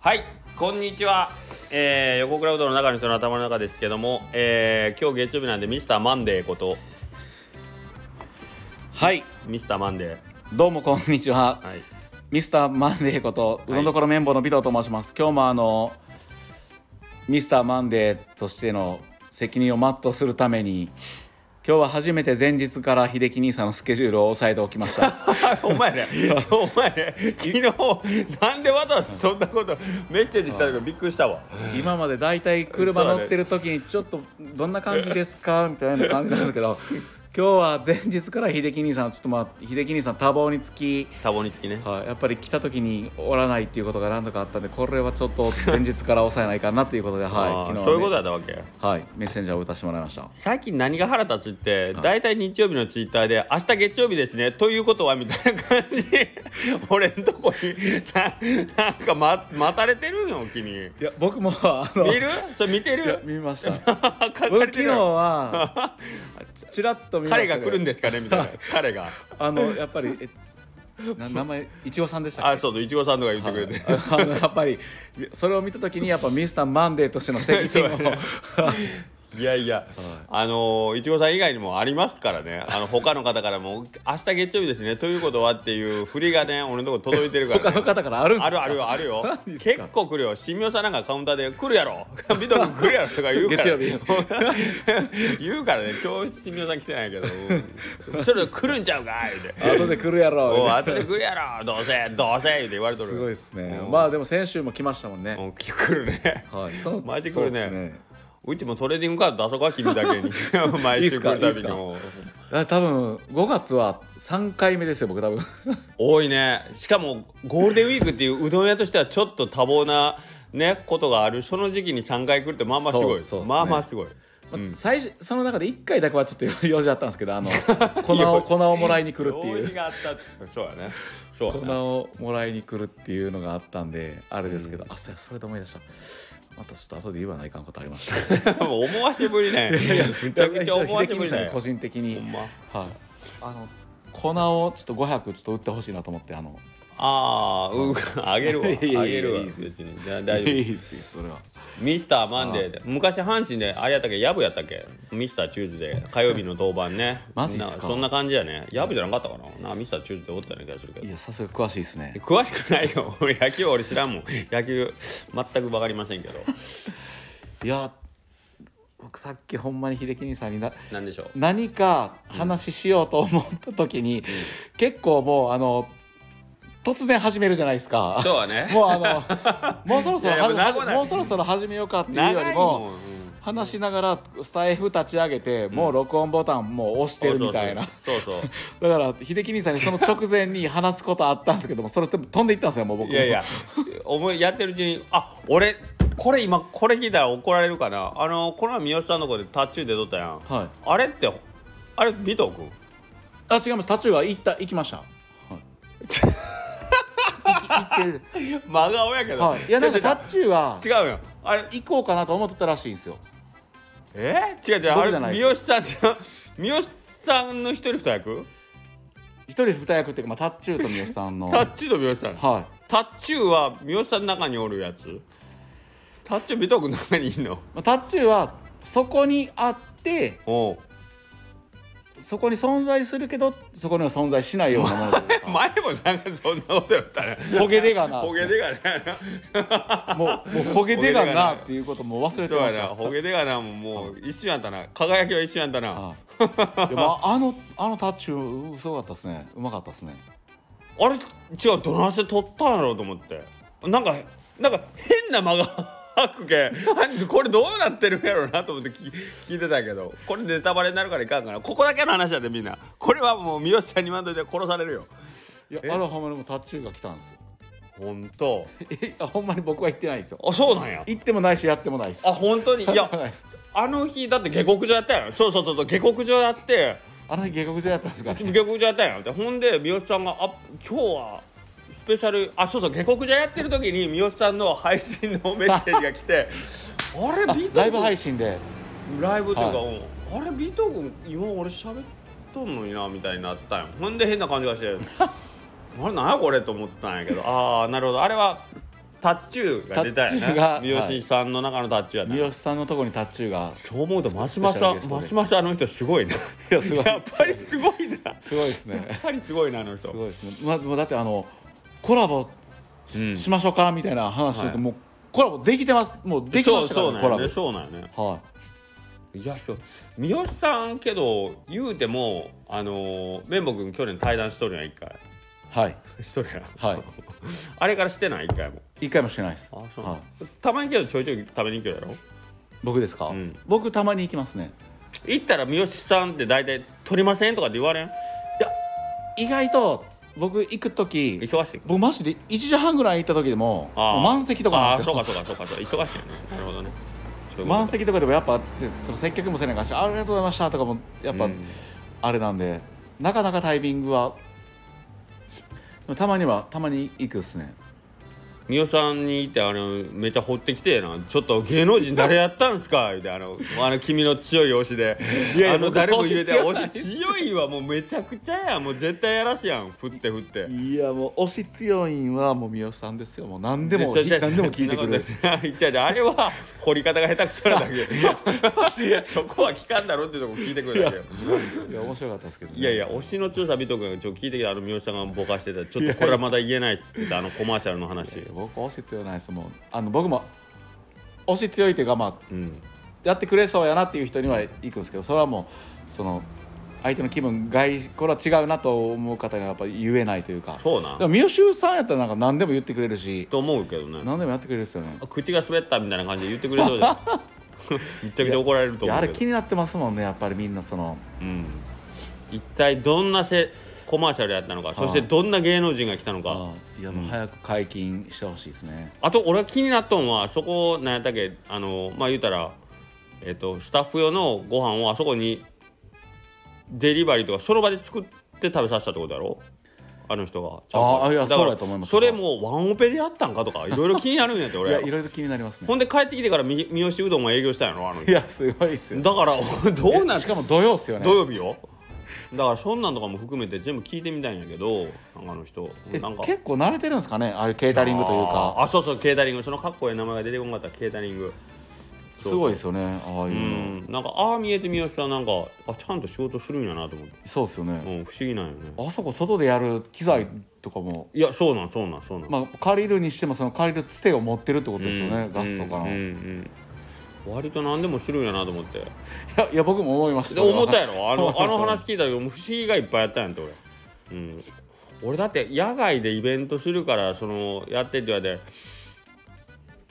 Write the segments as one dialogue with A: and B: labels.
A: はい、こんにちは。えー、横クラウドの中の人の頭の中ですけども、えー、今日月曜日なんでミスターマンデーこと、
B: はい
A: ミスターマンデ
B: どうもこんにちは、
A: ー。はい。
B: ミスターマンデーことう
A: はい
B: どんどころ綿棒の尾藤と申します今日もあのミスターマンデーとしての責任を全うするために今日は初めて前日から秀樹兄さんのスケジュールを押さえておきました
A: お前ね、お前ね、昨日、なんでわざわざそんなこと、メッセージ来たけどびっくりしたわ。
B: 今までだいたい車乗ってる時にちょっとどんな感じですかみたいな感じなんだけど今日は前日から秀樹兄さんちょっとまあ秀樹兄さん多忙につき
A: 多忙につきね。
B: はい、やっぱり来た時におらないっていうことが何度かあったんでこれはちょっと前日から抑えないかなということで、
A: あ
B: は
A: ー
B: い、昨日はね
A: そういうことだったわけ。
B: はい、メッセンジャーを打たせてもらいました
A: 最近何が腹立つって
B: い
A: 大体日曜日のツイッターで「明日月曜日ですね」ということはみたいな感じ 俺んとこにさなんかま待たれてるの君
B: いや僕もあの
A: 見るそれ見て
B: いや
A: る
B: 見ました
A: 書
B: 僕
A: かれ
B: 昨
A: て
B: 日
A: る
B: はちらっと見ま
A: 彼
B: した
A: が来るんですかねみ たいな彼が
B: あのやっぱりえな名前いちごさんでしたっ
A: あ
B: け
A: そうそういちごさんとか言ってくれて、
B: あのやっぱりそれを見た時にやっぱミスターマンデーとしての責任
A: そうね
B: を
A: いやいや、あのーいちごさん以外にもありますからね、あの他の方からも、明日月曜日ですね、ということはっていう振りがね、俺のとこ届いてるから、ね、
B: 他の方からあるんです
A: あるあるよあるよ
B: 何です
A: 結
B: か
A: 構来るよ神妙さんなんかカウンターで来るやろ ビト君来るやろとか言うから
B: 月曜日
A: 言うからね今日神妙さん来てないけどそれ来るんちゃうか 言うて
B: 後で来るやろ
A: おう後で来るやろどうせどうせ言うて言われとる
B: すごいですね
A: うん
B: まあでも先週も来ましたもんね
A: もう来るね
B: はい、その
A: マジ来るね
B: そうです
A: うちもトレーディングカード出そうか君だけに毎
B: いいっ
A: 週
B: す
A: 来
B: か
A: るたびにも
B: あ多分5月は3回目ですよ僕多分
A: 多いねしかもゴールデンウィークっていううどん屋としてはちょっと多忙なねことがあるその時期に3回来るってまあまあすごい
B: そうそうっすね
A: まあまあすごい
B: 最初その中で1回だけはちょっと 用用事あったんですけど あの粉を粉をもらいに来るってい
A: 用事
B: う
A: があったってそうやねそう
B: 粉
A: やな
B: をもらいに来るっていうのがあったんであれですけど、あそうやそれで思い出したまたちょっと後で言わないかんことありました
A: もう思わせぶりねめちゃくちゃ思わせぶり
B: さん
A: ね
B: 個人的に、
A: ほんま
B: はいあの粉をちょっと500ちょっと売ってほしいなと思ってあの
A: ああうんあげるわあ
B: いやいやいや
A: げるわ
B: いいです
A: 別にじゃあ大丈夫
B: いですよそれは
A: ミスターマンデーで昔阪神であれやったっけヤブやったっけミスターチューズで火曜日の登板ね
B: マジっす
A: な
B: か
A: そんな感じやねヤブじゃなかったかななミスターチューズでおったような気がするけど
B: いやさすが詳しいですね
A: 詳しくないよ 俺野球俺知らんもん野球全く分かりませんけど
B: いや僕さっきほんまに秀樹兄さんにな
A: なん でしょう
B: 何か話しようと思った時に、結構もうあの突然始めるじゃないですか
A: そうはね
B: もうあのもうそろそろ
A: いやいや
B: は
A: 長
B: じ
A: ない
B: もうそろそろ始めようかっていうよ
A: 長
B: り
A: い
B: も
A: もんうん
B: 話しながらスタイフ立ち上げて、もう録音ボタンもう押してるみたいな
A: そうそうそう
B: だから秀樹兄さんにその直前に話すことあったんですけどもそれでも飛んでいったんですよもう僕
A: いやいや思いやってるうちにあ俺これ今これ聞いたら怒られるかなあのこの前三好さんの子でタッチューで撮ったやん、
B: はい
A: あれってあれ尾藤君
B: あ違いますタチューは行った行きました、はい行き行ってる
A: 真顔やけど、
B: はい、いや
A: ち
B: な
A: ょ
B: んか
A: ちょ
B: タッチューは
A: 違うよあれ
B: 行こうかなと思ってたらしいんですよ
A: え違う違うあ
B: 僕
A: れ
B: じゃない
A: 三
B: で
A: 好さんじゃ三好さんの一人二役
B: 一人二役っていうか、まあ、タッチューと三好さんの
A: タ
B: は
A: ッチューと三好さん
B: い
A: タッチューは三好さんの中におるやつタッチュー尾藤君の中にいんの
B: まあタッチューはそこにあって
A: おう
B: そこに存在するけどそこには存在しないようなもの というか
A: 前もなんかそんなことやったね
B: 焦げ出がな
A: 焦げ出がね
B: もうもう焦げ出がなっていうことも忘れて
A: そう
B: ま
A: や
B: し
A: な、
B: た
A: ホゲデガナももう一瞬やったな、輝きは一瞬やったな。あ
B: はいいやまああのあのタッチューすごかったですねうまかったですね
A: れ、違う、どないして撮ったんやろうと思って。なんか、なんか変な間が吐くけん、 これどうなってるんやろうなと思って聞聞いてたけど、これネタバレになるからいかんから、ここだけの話やでみんな。これはもう三好さんに言わんといて殺されるよ。
B: いやあれはほんまにもうタッチューが来たんですよ
A: 本当。
B: えあほんまに僕は行ってないんですよ
A: あ、そうなんや。
B: 行ってもないしやってもないです
A: あ、本当に。い
B: やっ
A: や
B: ても、ないです
A: あの日だって下克上やったやん。そうそうそうそう、下克上やって。
B: あの日下克上やったんですか
A: 下克上やったんやってほんで三好さんが「あ今日はスペシャルあそうそう下克上やってる時に三好さんの配信のメッセージが来て あれ
B: あ
A: ビート
B: ライブ配信で
A: ライブというか、
B: は
A: うんあれビート君今俺喋っとんのになみたいになったんやほ んで変な感じがしてあれなんやこれと思ったんやけどああなるほどあれはタッチューが出た
B: タッチュ
A: よ
B: ーが
A: な美容師さんの中のタッチューやった
B: 三
A: な、
B: 好さんのとこにタッチューが
A: そう思うとますますますますあの人すごいね
B: いやすごい
A: やっぱりすごいな
B: すごいです
A: や
B: ね
A: っぱりすごいなあの人
B: すごいですね、まあ、もうだってあのコラボし,、
A: うん
B: ましょうかみたいな話すると、
A: はい
B: もうコラボできてますもうできましたか
A: そう
B: らね
A: そう
B: コ
A: なん
B: ラボ
A: やねそうなんやね
B: はい
A: やそう三好さんけど言うてもあのー綿棒君去年対談しとるやん一回
B: いはい
A: しとるやん
B: はい
A: あれからしてない一回も
B: 一回もしてないです
A: あそう、
B: はい、
A: たまにけどちょいちょい食べに行くやろ
B: 僕ですか、
A: うん
B: 僕たまに行きますね
A: 行ったら三好さんって大体取りませんとかって言われん
B: 意外と僕行く時
A: 忙しい
B: 僕マジで1時半ぐらいに行った時でも
A: あー
B: もう満席とかなんですよ
A: あーそうかそうかそうかそうか忙しいよねなるほどねそういうこと
B: 満席とかでもやっぱでその接客もせないからしありがとうございましたとかもやっぱ、
A: うん
B: あれなんでなかなかタイミングはでもたまにはたまに行くっすね
A: 三代さんにいてあのめちゃ掘ってきてえなちょっと芸能人誰やったんすか言うてあのあの君の強い推しで
B: いやいや
A: あの
B: 僕
A: 誰も言えて
B: 推し強ない
A: 推し強いわもうめちゃくちゃやんもう絶対やらしやん振って振って
B: いやもう推し強いんはもう三好さんですよもう何でも
A: それじゃあ
B: 何でも聞いてくる
A: そんなことです違う違うあれは掘り方が下手くそなだけいや そこは聞かんだろっていうとこ聞いてくるだけよ
B: いや面白かったですけど、ね、
A: いやいや推しの強さ美藤君ちょっと聞いてきたあの三好さんがぼかしてたちょっとこれはまだ言えないっつってたあのコマーシャルの話
B: 僕推し強ないですもんあの僕も推し強いというかまあ
A: うん
B: やってくれそうやなっていう人には行くんですけどそれはもうその相手の気分外これは違うなと思う方がやっぱ言えないというか
A: そうな
B: でも三好さんやったらなんか何でも言ってくれるし
A: と思うけどね
B: 何でもやってくれるですよね
A: 口が滑ったみたいな感じで言ってくれそう じゃんめちゃくちゃ怒られると思
B: いや
A: う
B: あ
A: け
B: れ
A: ど
B: 気になってますもんねやっぱりみんなその
A: うん、一体どんなせコマーシャルやったのかそしてどんな芸能人が来たのか
B: いやもう早く解禁してほしいですね、
A: あと俺は気になったのはそこなんやったっけあのまあ言うたら、えっとスタッフ用のご飯をあそこにデリバリーとかその場で作って食べさせたってことやろあの人が
B: ああいや
A: だから
B: そうやと思います
A: それもワンオペでやったんかとかいろいろ気になるんやって
B: いや
A: 俺
B: いろいろ気になりますね
A: ほんで帰ってきてからみ三好うどんも営業したんやろあの人
B: いやすごいっすよ
A: だから どうな
B: え
A: ん
B: しかも土曜っすよね
A: 土曜日よだからそんなんとかも含めて全部聞いてみたいんやけどなんかあの人
B: え
A: なんか
B: 結構慣れてるんですかねああいうケータリングという
A: あ
B: か
A: ーあそうそうケータリングそのかっこいい名前が出てこなかったケータリング
B: すごいですよねああいう
A: う
B: の
A: んなんかああ見えてみようしたなんかあちゃんと仕事するんやなと思って、
B: そうっすよ
A: う
B: ね
A: ん、不思議なんよね
B: あそこ外でやる機材とかも
A: いやそうなんそうなんそうなん、
B: まあ借りるにしてもその借りるつてを持ってるってこ
A: あ
B: とですよねガスとか
A: うん
B: のい
A: うん割と何でもするんやなと思って
B: やいや僕も思いまし
A: で
B: たそれは
A: 思ったや ろあのあの
B: そう
A: 話
B: そ
A: 聞いたけど不思議がいっぱいあったんやんて俺、うん、俺だって野外でイベントするからそのやってって言われて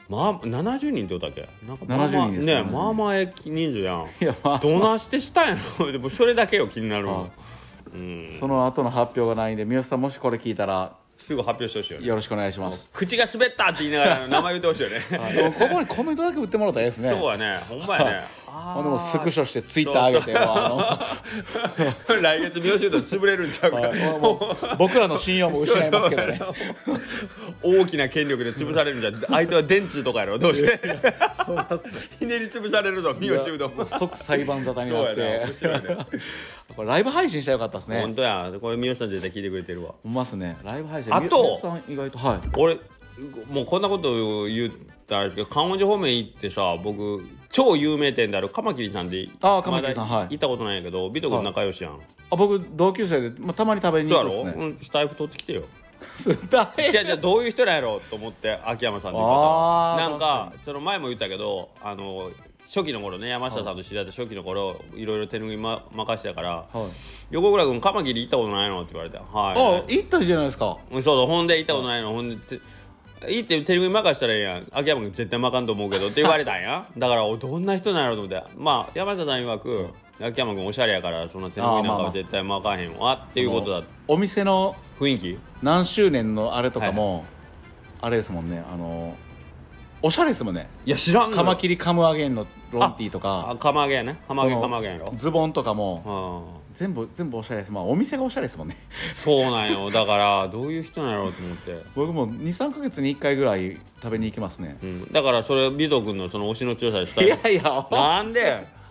A: まあ70人って言ったっけなんかまあまあ
B: 70人です
A: ね
B: よね
A: まあまあええ人数やん
B: ういやまあ
A: どなしてしたんやろ でもそれだけよ気になる
B: は
A: わう
B: い、
A: ん、
B: その後の発表がないんで三好さんもしこれ聞いたら
A: すぐ発表してほしいよね
B: よろしくお願いします
A: 口が滑ったって言いなが ら名前言ってほしいよね
B: はいでもここにコメントだけ打ってもらったらええですね
A: そうやねほんまやねあ
B: ほんでもうスクショしてツイッター上げてあ
A: ー来月妙秀と潰れるんちゃう
B: の
A: か、
B: はいもう僕らの信用も失いますけど ね
A: 大きな権力で潰されるんじゃん相手は電通とかやろどうしてひねり潰されるぞ三好うどんもそ
B: 即裁判沙汰
A: う
B: になっ
A: やな
B: て
A: 面白いね
B: これライブ配信したらよかったですね
A: 本当やこれ三好さん絶対聞いてくれてるわ
B: ほんまっすねライブ配信
A: あと
B: みみゆきさん意外とはい
A: 俺もうこんなこと言ったらあれですけど観音寺方面行ってさ僕超有名店であるカマキリさんで
B: あーカマキリさん
A: まだ
B: はい
A: 行ったことないんやけどビト君仲良しやん、
B: あ僕同級生で、まあ、たまに食べに
A: そう
B: 行
A: や
B: くん
A: ろ、
B: で
A: うん、スタイフ取ってきてよ
B: すね
A: じゃあじゃあどういう人なんやろうと思って秋山さんの言い方
B: あ
A: は
B: ー
A: なんかその前も言ったけどあの初期の頃ね山下さんと知り合って初期の頃いろいろ手拭い、ま、任してたから
B: はい
A: 「横倉君カマキリ行ったことないの?」って言われて「はい」
B: あ行ったじゃないですか
A: うんそうそうほんで行ったことないのほんでていいって手拭い任したらええやん秋山君絶対任かんと思うけどって言われたん やだからおどんな人なんやろうと思ってまあ山下さん曰く秋山君おしゃれやからそんな手拭いなんかは絶対任かへんわっていうことだ
B: お店の
A: 雰囲気
B: 何周年のあれとかも、あれですもんねあのおしゃれですもんね
A: いや知らんのよ
B: カマキリカムアゲインのロンティーと
A: あ
B: か
A: 釜揚げやね釜揚げ
B: この
A: 釜揚げやろ
B: ズボンとかも
A: う
B: 全部全部おしゃれですまあお店がおしゃれですもんね
A: んそうなんよだからどういう人なんやろうと思って、
B: 僕も23か月に1回ぐらい食べに行きますね
A: うん、だからそれ美藤君のその推しの強さでした
B: い
A: よ
B: やいや
A: なんで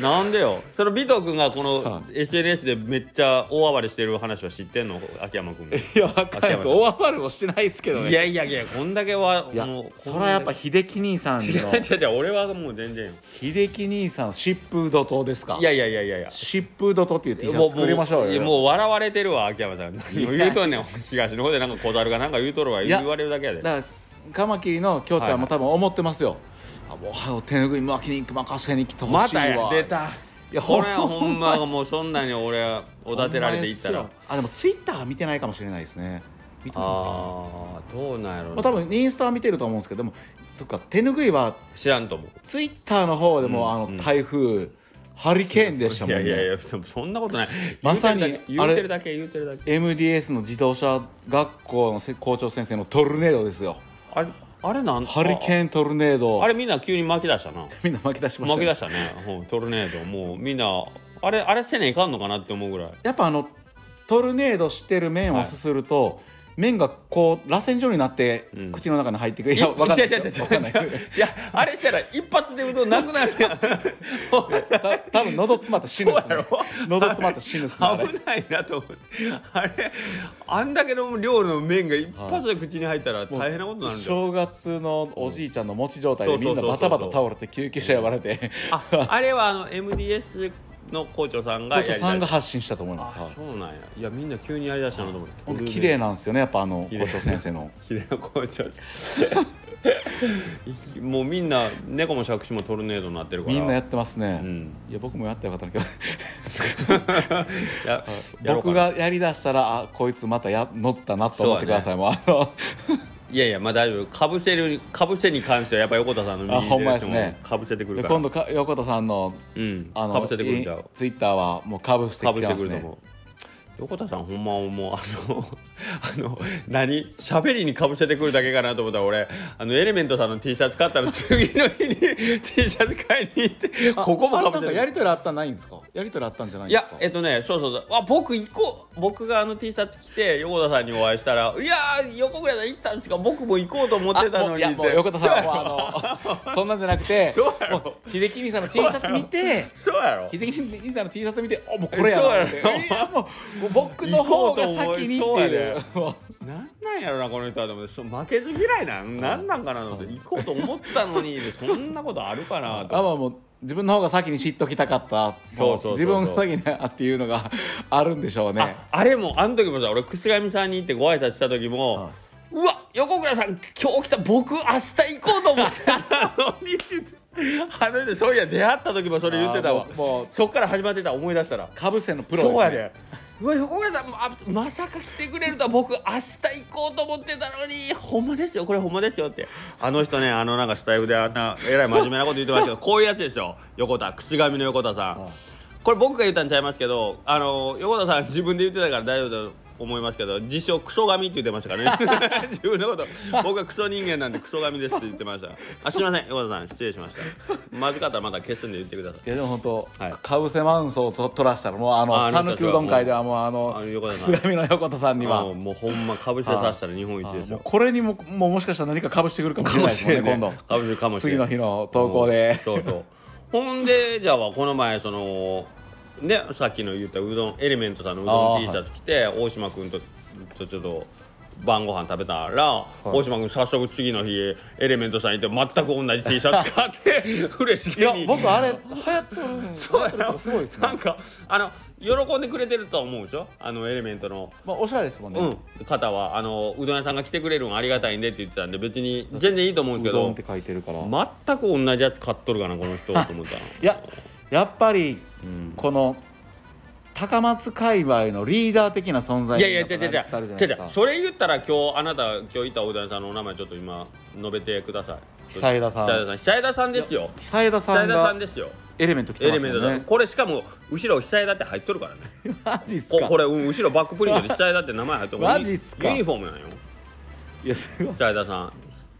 A: なんでよその尾藤君がこ
B: は
A: の SNS でめっちゃ大暴れしてる話は知ってんの秋山 君も
B: いやわかんないです
A: 秋
B: 大暴れもしてないですけどね
A: いやいやいやこんだけはい
B: や
A: もう
B: それはやっ
A: こ
B: ぱ
A: んだ
B: 秀樹兄さん
A: け違
B: の
A: う違う違う俺はもう全然よ
B: 秀樹兄さん疾風怒涛ですか
A: いやいやいやいやいや
B: 疾風怒涛っていう T シャ
A: もう
B: ツ作りましょう
A: いや
B: よ
A: もう笑われてるわ秋山さん何を言うとんねん東の方でなんか小樽がなんか言うとるわ
B: いや
A: 言われるだけやで
B: だからカマキリのきょうちゃんも多分思ってますよ、あもうはよ手拭いもきに任せに来てほ
A: ま
B: しいわ
A: たや出た
B: いや
A: これ
B: ほんま
A: ほんまもうそんなに俺はおだてられていったら
B: ほんまですよあでもツイッターは見てないかもしれないですね見てないのかな
A: ああどうなんやろう
B: ま
A: な
B: あ、多分インスタは見てると思うんですけどでもそっか手拭いは
A: 知らんと思う
B: ツイッターの方で
A: う
B: も、
A: ん
B: あ
A: うん
B: の台風ハリケーンでした
A: い
B: もん
A: や
B: ね
A: いやいやそそんなことない
B: まさに
A: 言うてるだけ言うてるだけ言うてるだけ
B: MDS の自動車学校のせ校長先生のトルネードですよ
A: あれあれなん
B: ハリケーントルネード
A: ああれみんな急に巻き出したな
B: みんな巻き出しました
A: 巻
B: ね、
A: き出したねうんトルネードもうみんなあれあれせねえかんのかなって思うぐらい
B: やっぱあのトルネードしてる麺をすすると、麺がこう螺旋状になって、
A: うん
B: 口の中に入っていくいやわかんないですよわかんない
A: 違う違う違う違ういやあれしたら一発でうどんなくなる やん
B: た多分喉詰まって死ぬっす
A: そ
B: ね
A: うやろ
B: 喉詰まって死ぬっすねあれ
A: 危ないなと思ってあれあんだけの量の麺が一発で口に入ったら大変なことになるんだよ
B: 正月のおじいちゃんの持ち状態で
A: うん
B: みんなバタバタ倒れて救急車呼ばれて
A: ああれはあの MDS の校長さんが
B: 校
A: やりだ
B: 長
A: し
B: さ
A: た
B: んが発信したと思います
A: あ
B: はい
A: そうなんやいやみんな急にやりだしたなと思って
B: 本当綺麗なんですよねやっぱあの
A: 綺
B: 校
A: 麗
B: 長先 生の
A: 綺麗な校長もうみんな猫も杓子もトルネードになってるから
B: みんなやってますね、
A: うん
B: いや僕もやったらよかったんだ
A: や
B: け
A: や
B: ど
A: ろうか
B: 僕
A: な
B: がやりだしたらあこいつまたや乗ったなと思ってください、もうあの
A: いやいやまあ大丈夫かぶせるかぶせに関してはやっぱ横田さんの
B: あ
A: 右
B: ほんま
A: で
B: ですね
A: かぶせてくるから
B: 今度か横田さんの
A: うん
B: あの
A: かぶせてくるんちゃう
B: ツイッターはもうかぶして
A: か
B: き
A: ぶ
B: て
A: せてく
B: ます
A: ると
B: ね
A: 思う横田さんほんまもうあの あの何喋りにかぶせてくるだけかなと思ったら俺あのエレメントさんの T シャツ買ったら次の日に T シャツ買いに行って
B: あ
A: ここも
B: あ
A: か
B: れ
A: ぶせ
B: なん
A: て
B: か
A: く
B: や
A: る
B: りとりあったんないんですかやりとりあったんじゃない
A: い
B: んで
A: や
B: すか
A: えっとねそうそうそうあ僕行こう僕があの T シャツ着て横田さんにお会いしたら「いやー横倉さん行ったんですか僕も行こうと思ってた
B: あも
A: の
B: うい
A: に」って
B: やもう横田さんはもうあのそんなんじゃなくて
A: そうやろ
B: もう秀樹兄さんの T シャツ見て
A: そうやろ
B: 秀樹兄さんの T シャツ見てあもうこれやなって
A: そうやろ
B: いやもうもう僕の方が先にって
A: 行こうと思いそうや
B: いう
A: で
B: もう
A: なんなんやろなこの人はと思ってそう負けず嫌いなんなんなんかなと思って行こうと思ったのにそんなことあるかなと
B: あまあもう自分の方が先に知っときたかっ
A: そ
B: た
A: うそうそうそう
B: 自分が先にあっていうのがあるんでしょうね
A: ああれもあの時もさ俺楠上さんに行ってご挨拶した時も、
B: はいう
A: わ横倉さん今日来た僕明日行こうと思ってたのに あの人そういや出会った時もそれ言ってたわ
B: あーもうもう
A: そっから始まってた思い出したら
B: かぶせのプ
A: 今
B: ロ
A: 日や
B: です
A: で
B: ね
A: うわ横倉さんもあまさか来てくれるとは僕明日行こうと思ってたのにほんまですよこれほんまですよってあの人ねあのなんかスタイフであんなえらい真面目なこと言ってま したけどこういうやつですよ横田靴上の横田さん、
B: はい
A: これ僕が言ったんちゃいますけどあの横田さん自分で言ってたから大丈夫だと思いますけど自称クソ神って言ってましたから ね自分のこと僕はクソ人間なんでクソ神ですって言ってましたあすいません横田さん失礼しましたまずかったらまた消すんで言ってください
B: いやでも本当、
A: はい
B: かぶせマウンソをと取らしたらもうあの
A: ああの人
B: 讃岐うどん会ではもうあ
A: あ
B: の
A: の横田さん
B: 菅上の横田さんには
A: あのもうほんまかぶせさせたら日本一です
B: もう
A: よ
B: これにももうもしかしたら何かかぶしてくるかもしれないですもんね今度
A: かぶせるかもしれ
B: 次
A: な
B: の
A: い
B: 日の投稿で
A: うんそうそうほんでじゃあこの前そのねさっきの言ったうどんエレメントさんのうど
B: あ
A: ん
B: ー
A: T シャツ着て、大島君ととちょっと晩ご飯食べたら、大島君早速次の日エレメントさん行って全く同じ T シャツ買って 嬉し
B: い
A: げ
B: や
A: に
B: 僕あれ流行っとる
A: そうやろ
B: すごいですね
A: なんかあの喜んでくれてるとは思うでしょあのエレメントの
B: まあおしゃれですもんね、
A: うん、方はあのうどん屋さんが来てくれるんありがたいんでって言ってたんで別に全然いいと思うん
B: う
A: ですけ
B: どんっ
A: ど
B: て書いてるから、
A: 全く同じやつ買っとるかなこの人と思 ったの
B: いややっぱり
A: うん
B: この高松界隈のリーダー的な存在
A: い
B: に
A: やいや違う違う違う
B: やっぱなりつつあるじゃな
A: 違う違
B: いで
A: う
B: すか
A: それ言ったら今日あなた今日いたうどん屋さんのお名前ちょっと今述べてください
B: 久枝さん
A: 久枝さん久枝さんですよ
B: 久枝
A: 久
B: さん
A: 枝さ
B: が
A: んですよ
B: エレメント来
A: エ
B: て
A: レ
B: ます
A: メン
B: も
A: ト
B: ん
A: だ、
B: ね
A: これしかも後ろ久枝って入っとるからね
B: マジっす
A: こ
B: か
A: これ、うん、後ろバックプリント で久枝って名前入っとる
B: マジっすか
A: ユニフォームなんよ
B: いやすごい
A: 久枝さん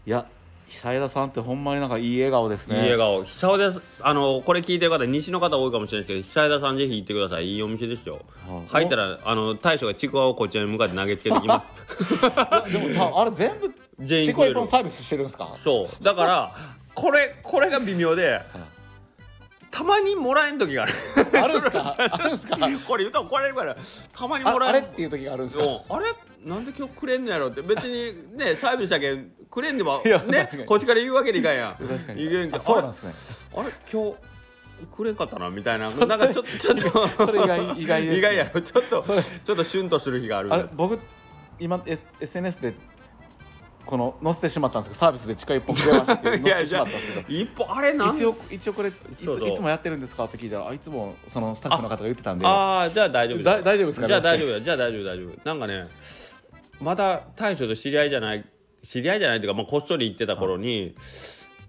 B: いや久枝さんってほんまになんかいい笑顔です
A: いい
B: ね
A: 笑顔久枝あのこれ聞いてる方西の方多いかもしれないですけど久枝さんぜひ行ってくださいいいお店ですよ
B: はい
A: 入ったらあの大将がちくわをこちらに向かって投げつけてきます
B: いやでもたあれ全部
A: 全員
B: チ
A: くれ
B: コ
A: る
B: イポンサービスしてるんですか
A: そうだからこれこれが微妙でたまにもらえん時がある
B: あるんすかあるんすか
A: これ言うと怒られるからたまに
B: あ
A: もら
B: あ
A: え
B: れ
A: る
B: っていう時があるんですか
A: うんあれなんで今日くれんのやろって別にねサービスだけんくれんでも
B: いや
A: ね
B: 確かに
A: こっちから言うわけにいかんやん
B: 確かに
A: 言うやんけ
B: あそうなんですね
A: あれ今日くれんかったなみたいな
B: そう
A: なんかちょっとちょっと
B: それ 意外意外ですね
A: 意外やろちょっと
B: それ
A: ちょっとシュンとする日がある
B: あれ僕今 S- SNS でこの載せてしまったんですけどサービスで近い一本くれましたってい
A: い
B: うの載せ
A: やじ
B: てしま
A: ゃ
B: ったんですけど
A: 一歩あれなん
B: 一応一応これいつ
A: そうそう
B: いつもやってるんですかって聞いたらあいつもそのスタッフの方が言ってたんで
A: ああじゃあ大丈夫
B: だ大丈夫ですか
A: じゃあ大丈夫だじゃあ大丈夫大丈夫なんかねまだ大将と知り合いじゃない知り合いじゃないというか、まあ、こっそり行ってた頃に、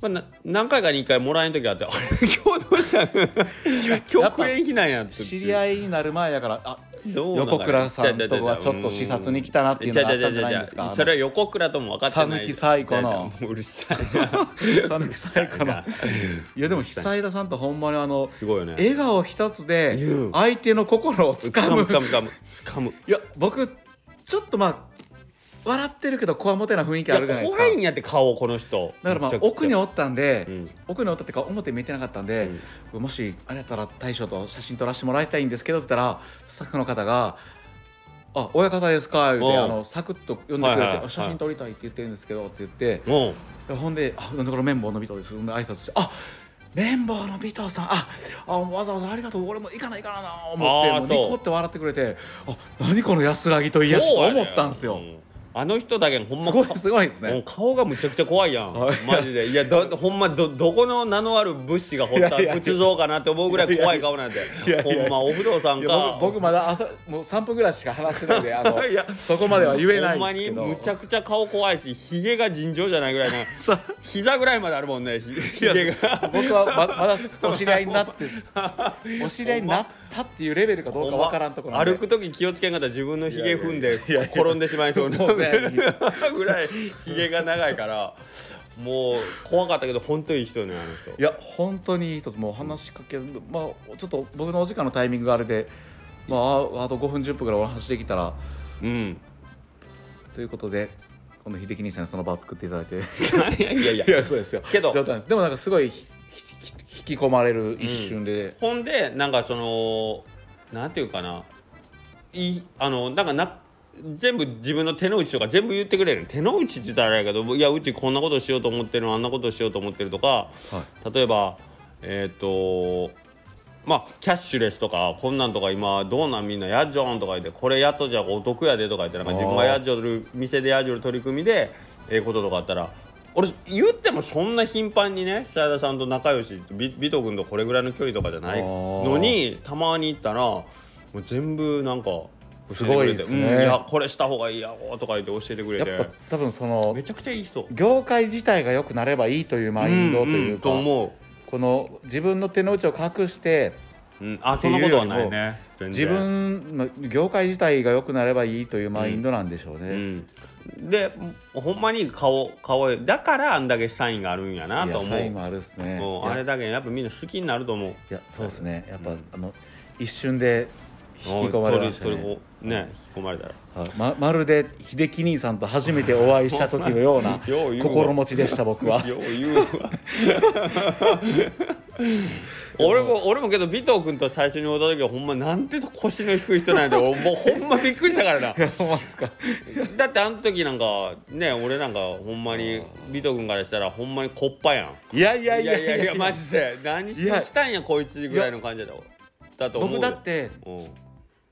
A: まあ、な何回かに1回もらえん時あって「あれ今日どうしたの今日クレーン避難や」って
B: 知り合いになる前やから あ
A: どうなの
B: 横倉さんとはちょっと視察に来たなっていうのがあったんじゃないんです
A: 違う違う違う違
B: か
A: うそれは横倉とも分かってない
B: 讃岐最古の
A: 違う違うもううるさいな
B: その久井 かないやでも久枝さんとほんまにあの
A: すごいよね
B: 笑顔一つで
A: うん
B: 相手の心をつかむ
A: つかむつかむつかむ
B: いや僕ちょっとまあ笑ってるけどこわもてな雰囲気あるじゃないですか
A: 怖いんやって顔この人
B: だからまあ
A: めちゃくちゃ
B: 奥におったんで、
A: うん
B: 奥におったっていうか表見えてなかったんで、もしあれやったら大将と写真撮らせてもらいたいんですけどって言ったらスタッフの方が「あ親方ですか」言うて
A: うん
B: あのサクッと呼んでくれて、
A: はいはいはい
B: あ写真撮りたいって言ってるんですけど」って言って、
A: うん
B: ほんで「あなんでこれ綿棒の尾藤です」ほんで挨拶して「あ綿棒の尾藤さんああわざわざありがとう俺も行かないからな」思って
A: あー
B: もうニ
A: そう
B: コって笑ってくれて「あ何この安らぎと癒し」と
A: そうやね
B: 思ったんですよ
A: う。あの人だけほんます
B: ごいすごいです
A: もう
B: ね。
A: 顔がむちゃくちゃ怖いやん
B: はい
A: マジでいやどほんまどどこの名のある物資が掘った
B: いやいや
A: 仏像かなって思うぐらい怖い顔なん
B: いや
A: て
B: いやいや
A: ほんまお不動産
B: いや
A: か
B: 僕僕まだ朝もう3分ぐらいしか話してないんであ
A: いや
B: のそこまでは言えない
A: ほ
B: ん
A: んま
B: です
A: に
B: けど
A: むちゃくちゃ顔怖いしひげが尋常じゃないぐらいな
B: さ
A: 膝ぐらいまであるもんねひひげが
B: 僕はままだお知り合いになってお知り合いになったっていうレベルかどうかわからんところ
A: 歩く時気をつけんかったら自分のひげ踏んで
B: いやいやいやいや
A: 転んでしまいそうな
B: もうね
A: ぐらいひげが長いからもう怖かったけど本当にいい人よねあの人
B: いや本当に一つもう話しかける、まあちょっと僕のお時間のタイミングがあれでまああと5分10分ぐらいお話できたら
A: うん
B: ということで今度秀樹兄さんにその場を作っていただいて い
A: いやいやいや
B: やそうですよ
A: けど
B: 冗談ですでもなんかすごいひひひ引き込まれる一瞬で、
A: ほんでなんかそのなんていうかないあのなんかな全部自分の手の内とか全部言ってくれる手の内って言ったらあれやけどいやうちこんなことしようと思ってるのあんなことしようと思ってるとか
B: はい
A: 例えばえっ、とまあキャッシュレスとかこんなんとか今どうなんみんなやっじょんとか言ってこれやっとじゃお得やでとか言ってなんか自分がやっじょる店でやっじょる取り組みでええこととかあったら俺言ってもそんな頻繁にね久田さんと仲良しビビト君とこれぐらいの距離とかじゃない
B: あー
A: のにたまに行ったらもう全部なんか教えてくれて
B: すごいですね
A: うんいやこれした方がいいやろとか言って教えてくれ
B: やってぱ多分その
A: めちゃくちゃいい人
B: 業界自体が良くなればいいというマインドというか、
A: んんと思
B: この自分の手の内を隠して
A: う、うん、あそんなことはないね全
B: 自
A: 然
B: 分の業界自体が良くなればいいというマインドなんでしょうね、
A: うん、でほんまに顔顔だからあんだけサインがあるんやないと
B: や
A: 思
B: サイン
A: う
B: もあるっすね
A: もう
B: いや
A: あれだけやっぱみんな好きになると思う
B: いやそうですねやっぱ、あの一瞬で引き込まれ
A: 取
B: ま
A: り
B: したね
A: 取りこうね引き込まれたら
B: はいままるで秀樹兄さんと初めてお会いした時のような
A: よう言うわ
B: 心持ちでした僕は
A: よう言うわ俺も俺もけど尾藤君と最初に会った時はほんまなんて腰の低い人なんや でもうほんまびっくりしたからな
B: 思いますか
A: だってあの時なんかね俺なんかほんまに尾藤君からしたらほんまにコッパやん
B: いやい
A: いや
B: やい
A: い
B: や
A: やいやマジで何しに来たんやこいつぐらいの感じだよだと思う
B: 僕
A: よ
B: だって
A: うん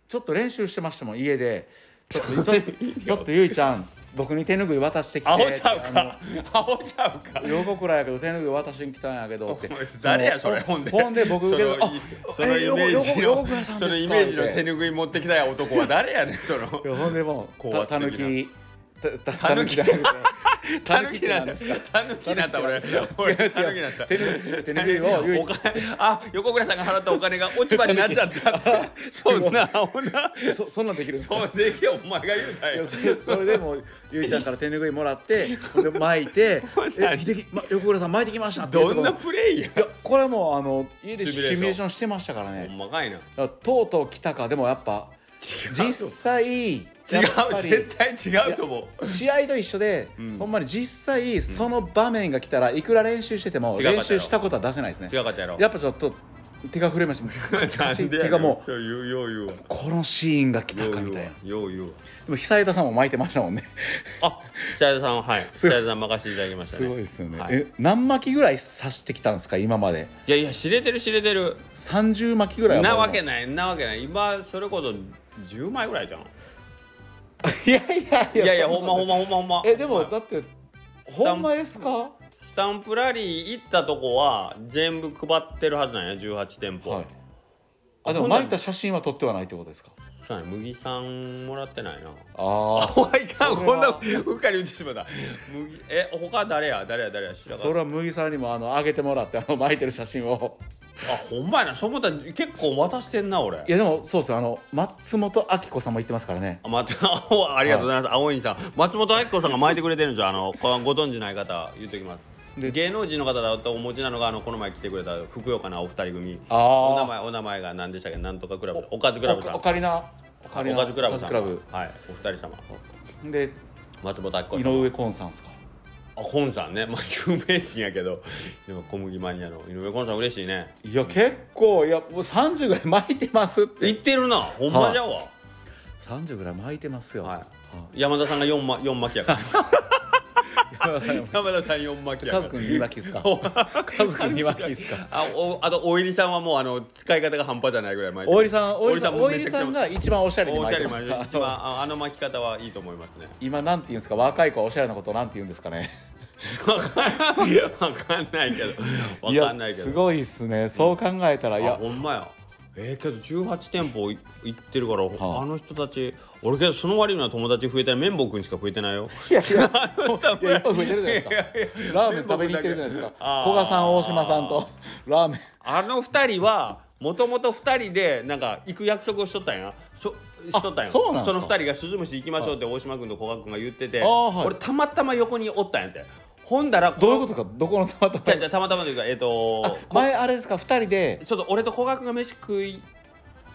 B: ちょっと練習してましたもん家でちょ っとちょっとちょっとゆいちゃん僕に手ぬぐい渡してきて
A: アホちゃうか
B: あ
A: アホちゃうか
B: の横くらいやけど手ぬぐい渡しに来たんやけどって
A: お前誰やそれ
B: ほ
A: ほ
B: ん
A: ん
B: で
A: で
B: ほんで僕
A: そ
B: 受け
A: の
B: どあ
A: そのイメージ
B: 横
A: の
B: 倉さんですか
A: そのイメージの
B: 言うて
A: 手ぬぐい持ってきたや男は誰やねんその
B: いやほんでもう
A: 高
B: た
A: 圧
B: たぬ
A: 的
B: きたた
A: たぬき
B: たぬきじゃなくて
A: タヌキなん
B: 狸
A: で
B: っ
A: す
B: て
A: かタヌキなった俺
B: 違う違
A: 俺
B: う
A: タヌキなった
B: 手ぬ手ぬぐいを唯一
A: お金あ横倉さんが払ったお金が落ち葉になっちゃったって そんなほな
B: そそんなんできるんですか
A: そうできよお前が言うたん
B: い
A: や
B: やそれそれでもうゆいちゃんから手ぬぐいも らってほんで巻いて
A: ほん
B: 「
A: なら
B: え秀樹ま横倉さん巻いてきました」っていうと
A: ど
B: こ
A: ん
B: ろ
A: なプレイや
B: いやこれはもうあの家でシ
A: シミ
B: ミ
A: ュ
B: ュ
A: レーション
B: レーションしてましたからね
A: ほんまかいな
B: だからとうとう来たかでもやっぱ実際違
A: 違う絶対違うと思う
B: 試合と一緒で、
A: うん
B: ほんまに実際その場面が来たらいくら練習してて
A: 違うか
B: も
A: ったよ
B: 練習したことは出せないですね
A: 違かったやろ
B: やっぱちょっと手が触れましたもうカチカチ
A: なんでやね
B: 手
A: ん
B: がもう
A: そう言うよう言うわ
B: このシーンが来
A: よ
B: た
A: う
B: か
A: 言
B: み
A: うわ
B: たいなで
A: よう言うわ
B: も久枝さんも巻いてましたもんね
A: あ北枝さんははい北
B: すごい
A: 枝さん任せていただきました
B: す
A: ね
B: ごいですよね、
A: はい
B: え何巻きぐらい刺してきたんですか今まで
A: いやいや知れてる知れてる
B: 30巻きぐらいは
A: なわけないなわけない今それこそ10枚ぐらいじゃん
B: いやいやい
A: い
B: や
A: やいやほんまほんまほんまほんま
B: えでも
A: はい
B: だってほんまですかは
A: スタンプラリー行ったとこは全部配ってるはずなんや18店舗、
B: いあでも
A: ほんなら
B: 巻いた写真は撮ってはないってことですか
A: そうやね麦さんもらってないな
B: ああ
A: おいかん
B: それ
A: こんな
B: は
A: うっかり言ってしまった麦え他誰や誰や誰や知らなか
B: そ
A: っ
B: れは麦さんにもあの上げてもらってあの巻いてる写 真を
A: たあほんまやなそう思ったら結構渡してんな俺
B: いやでもそうですよあの松本明子さんも言ってますからね
A: あまたあありがとうございます、青いさん松本明子さんが巻いてくれてるんですよあのこご存知ない方言っときます
B: で
A: 芸能人の方だとお持ちなのがあのこの前来てくれたふくよかなお二人組
B: あ
A: お
B: あ
A: 名前お名前が何でしたっけなんとかクラブおかずクラブさん
B: おかりなお
A: おかずクラブさんはいお二人様
B: で
A: 松本明子
B: 井
A: さん
B: 上コンさんですか
A: あコンさんねまあ有名人やけどでも小麦マニアの井上コンさん嬉しいね
B: いや結構いやもう30ぐらい巻いてますって
A: 行ってるなほんまじゃわ、
B: 30ぐらい巻いてますよ
A: はい
B: は
A: 山田さんが4ま四巻きやから
B: い山田さんも
A: 山田さん4巻きや
B: カ
A: か
B: ズ
A: ら
B: くん2巻きですか カズくん2巻きですか
A: あおあと大入さんはもうあの使い方が半端じゃないぐらい巻いて
B: 大入
A: る
B: さん大入さん
A: 大
B: 大
A: 入
B: 入
A: さ
B: さ
A: んも
B: んが一番おしゃれに
A: お
B: 巻
A: し
B: い
A: ゃ
B: て
A: れ
B: ま
A: 巻い
B: す
A: てる一番
B: あの
A: ああの巻き方はいいと思いますね
B: 今なんて言うんですか若い子はおしゃれなことなんて言うんですかね
A: わかんないわかんないけどわかんないけど
B: すごいですねそう考えたらい
A: いや
B: や
A: ほんまやえー、けど18店舗い行ってるから、
B: はあ
A: あの人たち俺けどその割には友達増えてない綿棒くんしか増えてないよ
B: いや いや
A: あの人はい
B: やいっぱい増えてるじゃないですかラーメン食べに行ってるじゃないですか古賀さん大島さんとラーメン
A: あの二人はもともと二人でなんか行く約束をしとったんやしょしとったんや
B: そうなんす
A: そ
B: か
A: の二人が鈴虫行きましょうって大島君と古賀君が言ってて、
B: あーはい
A: 俺たまたま横におったんやってほんだら
B: どういうことかどこのたま
A: じ
B: た
A: ゃあじゃあたまたまというかえっ、と
B: ま前あれですか二人で
A: ちょっと俺と古賀君が飯食い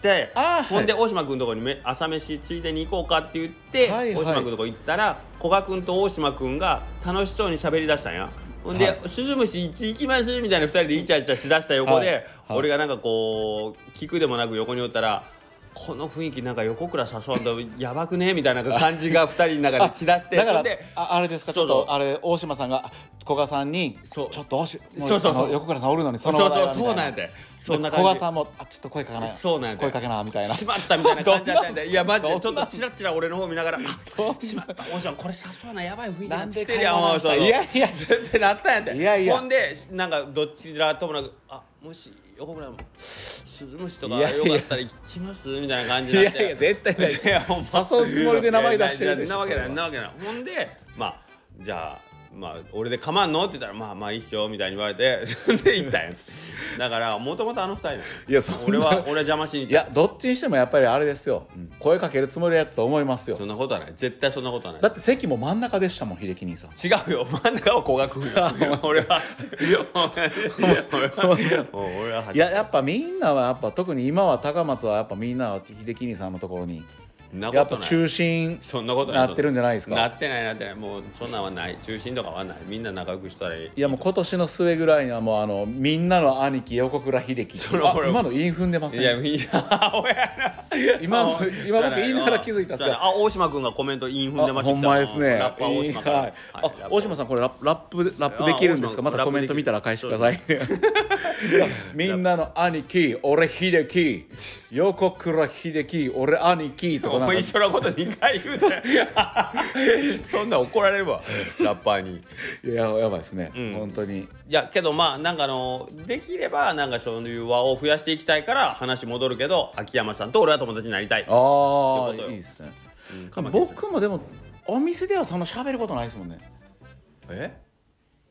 A: て
B: あー
A: ほんで大島君のとこにめ朝飯ついでに行こうかって言って、
B: はいはい
A: 大島君のとこ行ったら古賀君と大島君が楽しそうに喋りだしたんやほんで、
B: はい
A: 鈴虫一行きますみたいな2人でイチャイチャしだした横で、
B: はいはい
A: 俺がなんかこう聞くでもなく横におったら「この雰囲気なんか横倉誘わんとやばくね」みたいな感じが2人の中で来だして
B: だか
A: ほ
B: ら
A: んで
B: ああれですかち
A: そ
B: ょ
A: う
B: っ
A: そう
B: とあれ大島さんが古賀さんにち
A: そ
B: ょ
A: う
B: っとおしも
A: そうそうそう
B: あの横倉さんおるのにそ
A: そう
B: の
A: そう
B: 話題は
A: そうなんや
B: みたい
A: てそんな
B: で
A: 感
B: 古賀
A: じ
B: さんもあちょっと声かけな
A: そうなんやて
B: 声かけなみたいな
A: しまったみたいな感じだったんでいやマジでちょっとチラチラ俺の方見ながら
B: どん
A: あしまったおじさんこれ誘わなやばい雰囲気にな
B: な
A: っ
B: ん
A: て
B: で
A: きてるやんもうそう
B: いやいや
A: ってなったんやて
B: いやいや
A: ほんでなんかどちらともなくあもし横倉も鈴虫とか
B: いやいや
A: よかったら行きますみたいな感じ
B: い
A: にな
B: や
A: って
B: いや絶対ない
A: やほんま
B: 誘うつもりで名前出してるでしょ
A: いやなわけな
B: それ
A: い
B: は
A: なわけないほんでまあじゃあまあ俺で構わんのって言ったらまあまあいいっすよみたいに言われてそんで行ったんやだからもともとあの二人なの
B: いやそんな
A: 俺は俺は邪魔しに行っ
B: い
A: た
B: やどっちにしてもやっぱりあれですよ、声かけるつもりやったと思いますよ
A: そんなことはない絶対そんなことはない
B: だって席も真ん中でしたもん秀樹兄さん
A: 違うよ真ん中は古賀君が俺は俺は俺はい
B: ややっぱみんなはやっぱ特に今は高松はやっぱみんなは秀樹兄さんのところに
A: そんな
B: や
A: こ
B: っ
A: と
B: ぱ
A: ない
B: 中心
A: そんなことない
B: なってるんじゃないです
A: な
B: か
A: ってないなってないもうそんなんはない中心とかはないみんな仲良くしたらいい
B: いやもう今年の末ぐらいにはもうあのみんなの兄貴横倉秀樹
A: それは
B: あ
A: これ
B: 今の韻踏んでませ
A: いや
B: ん
A: みんな親やな
B: 今の
A: あ
B: 今僕言いながら気づいたんですけど
A: あ大島君がコメントイン踏んでま
B: あ
A: した
B: ほんまですね
A: ラッパー大島から
B: いいはいあ大
A: さ
B: 島
A: ん
B: さんこれラップラップラップできるんです
A: あ
B: かまたコメント見たら返してくださいいや みんなの兄貴俺秀 樹横倉秀樹俺兄貴とか
A: お
B: なんか
A: 前一緒なこと2回言うてそんなん怒られるわラッパーに
B: いややばいですね、
A: ん
B: 本当に
A: いやけどまあなんかあのできればなんかそういう輪を増やしていきたいから話戻るけど秋山さんと俺は友達になりたい
B: ああ
A: ってことよ
B: いいですね
A: かまけん
B: 僕もでもお店ではそんな喋ることないですもんね
A: え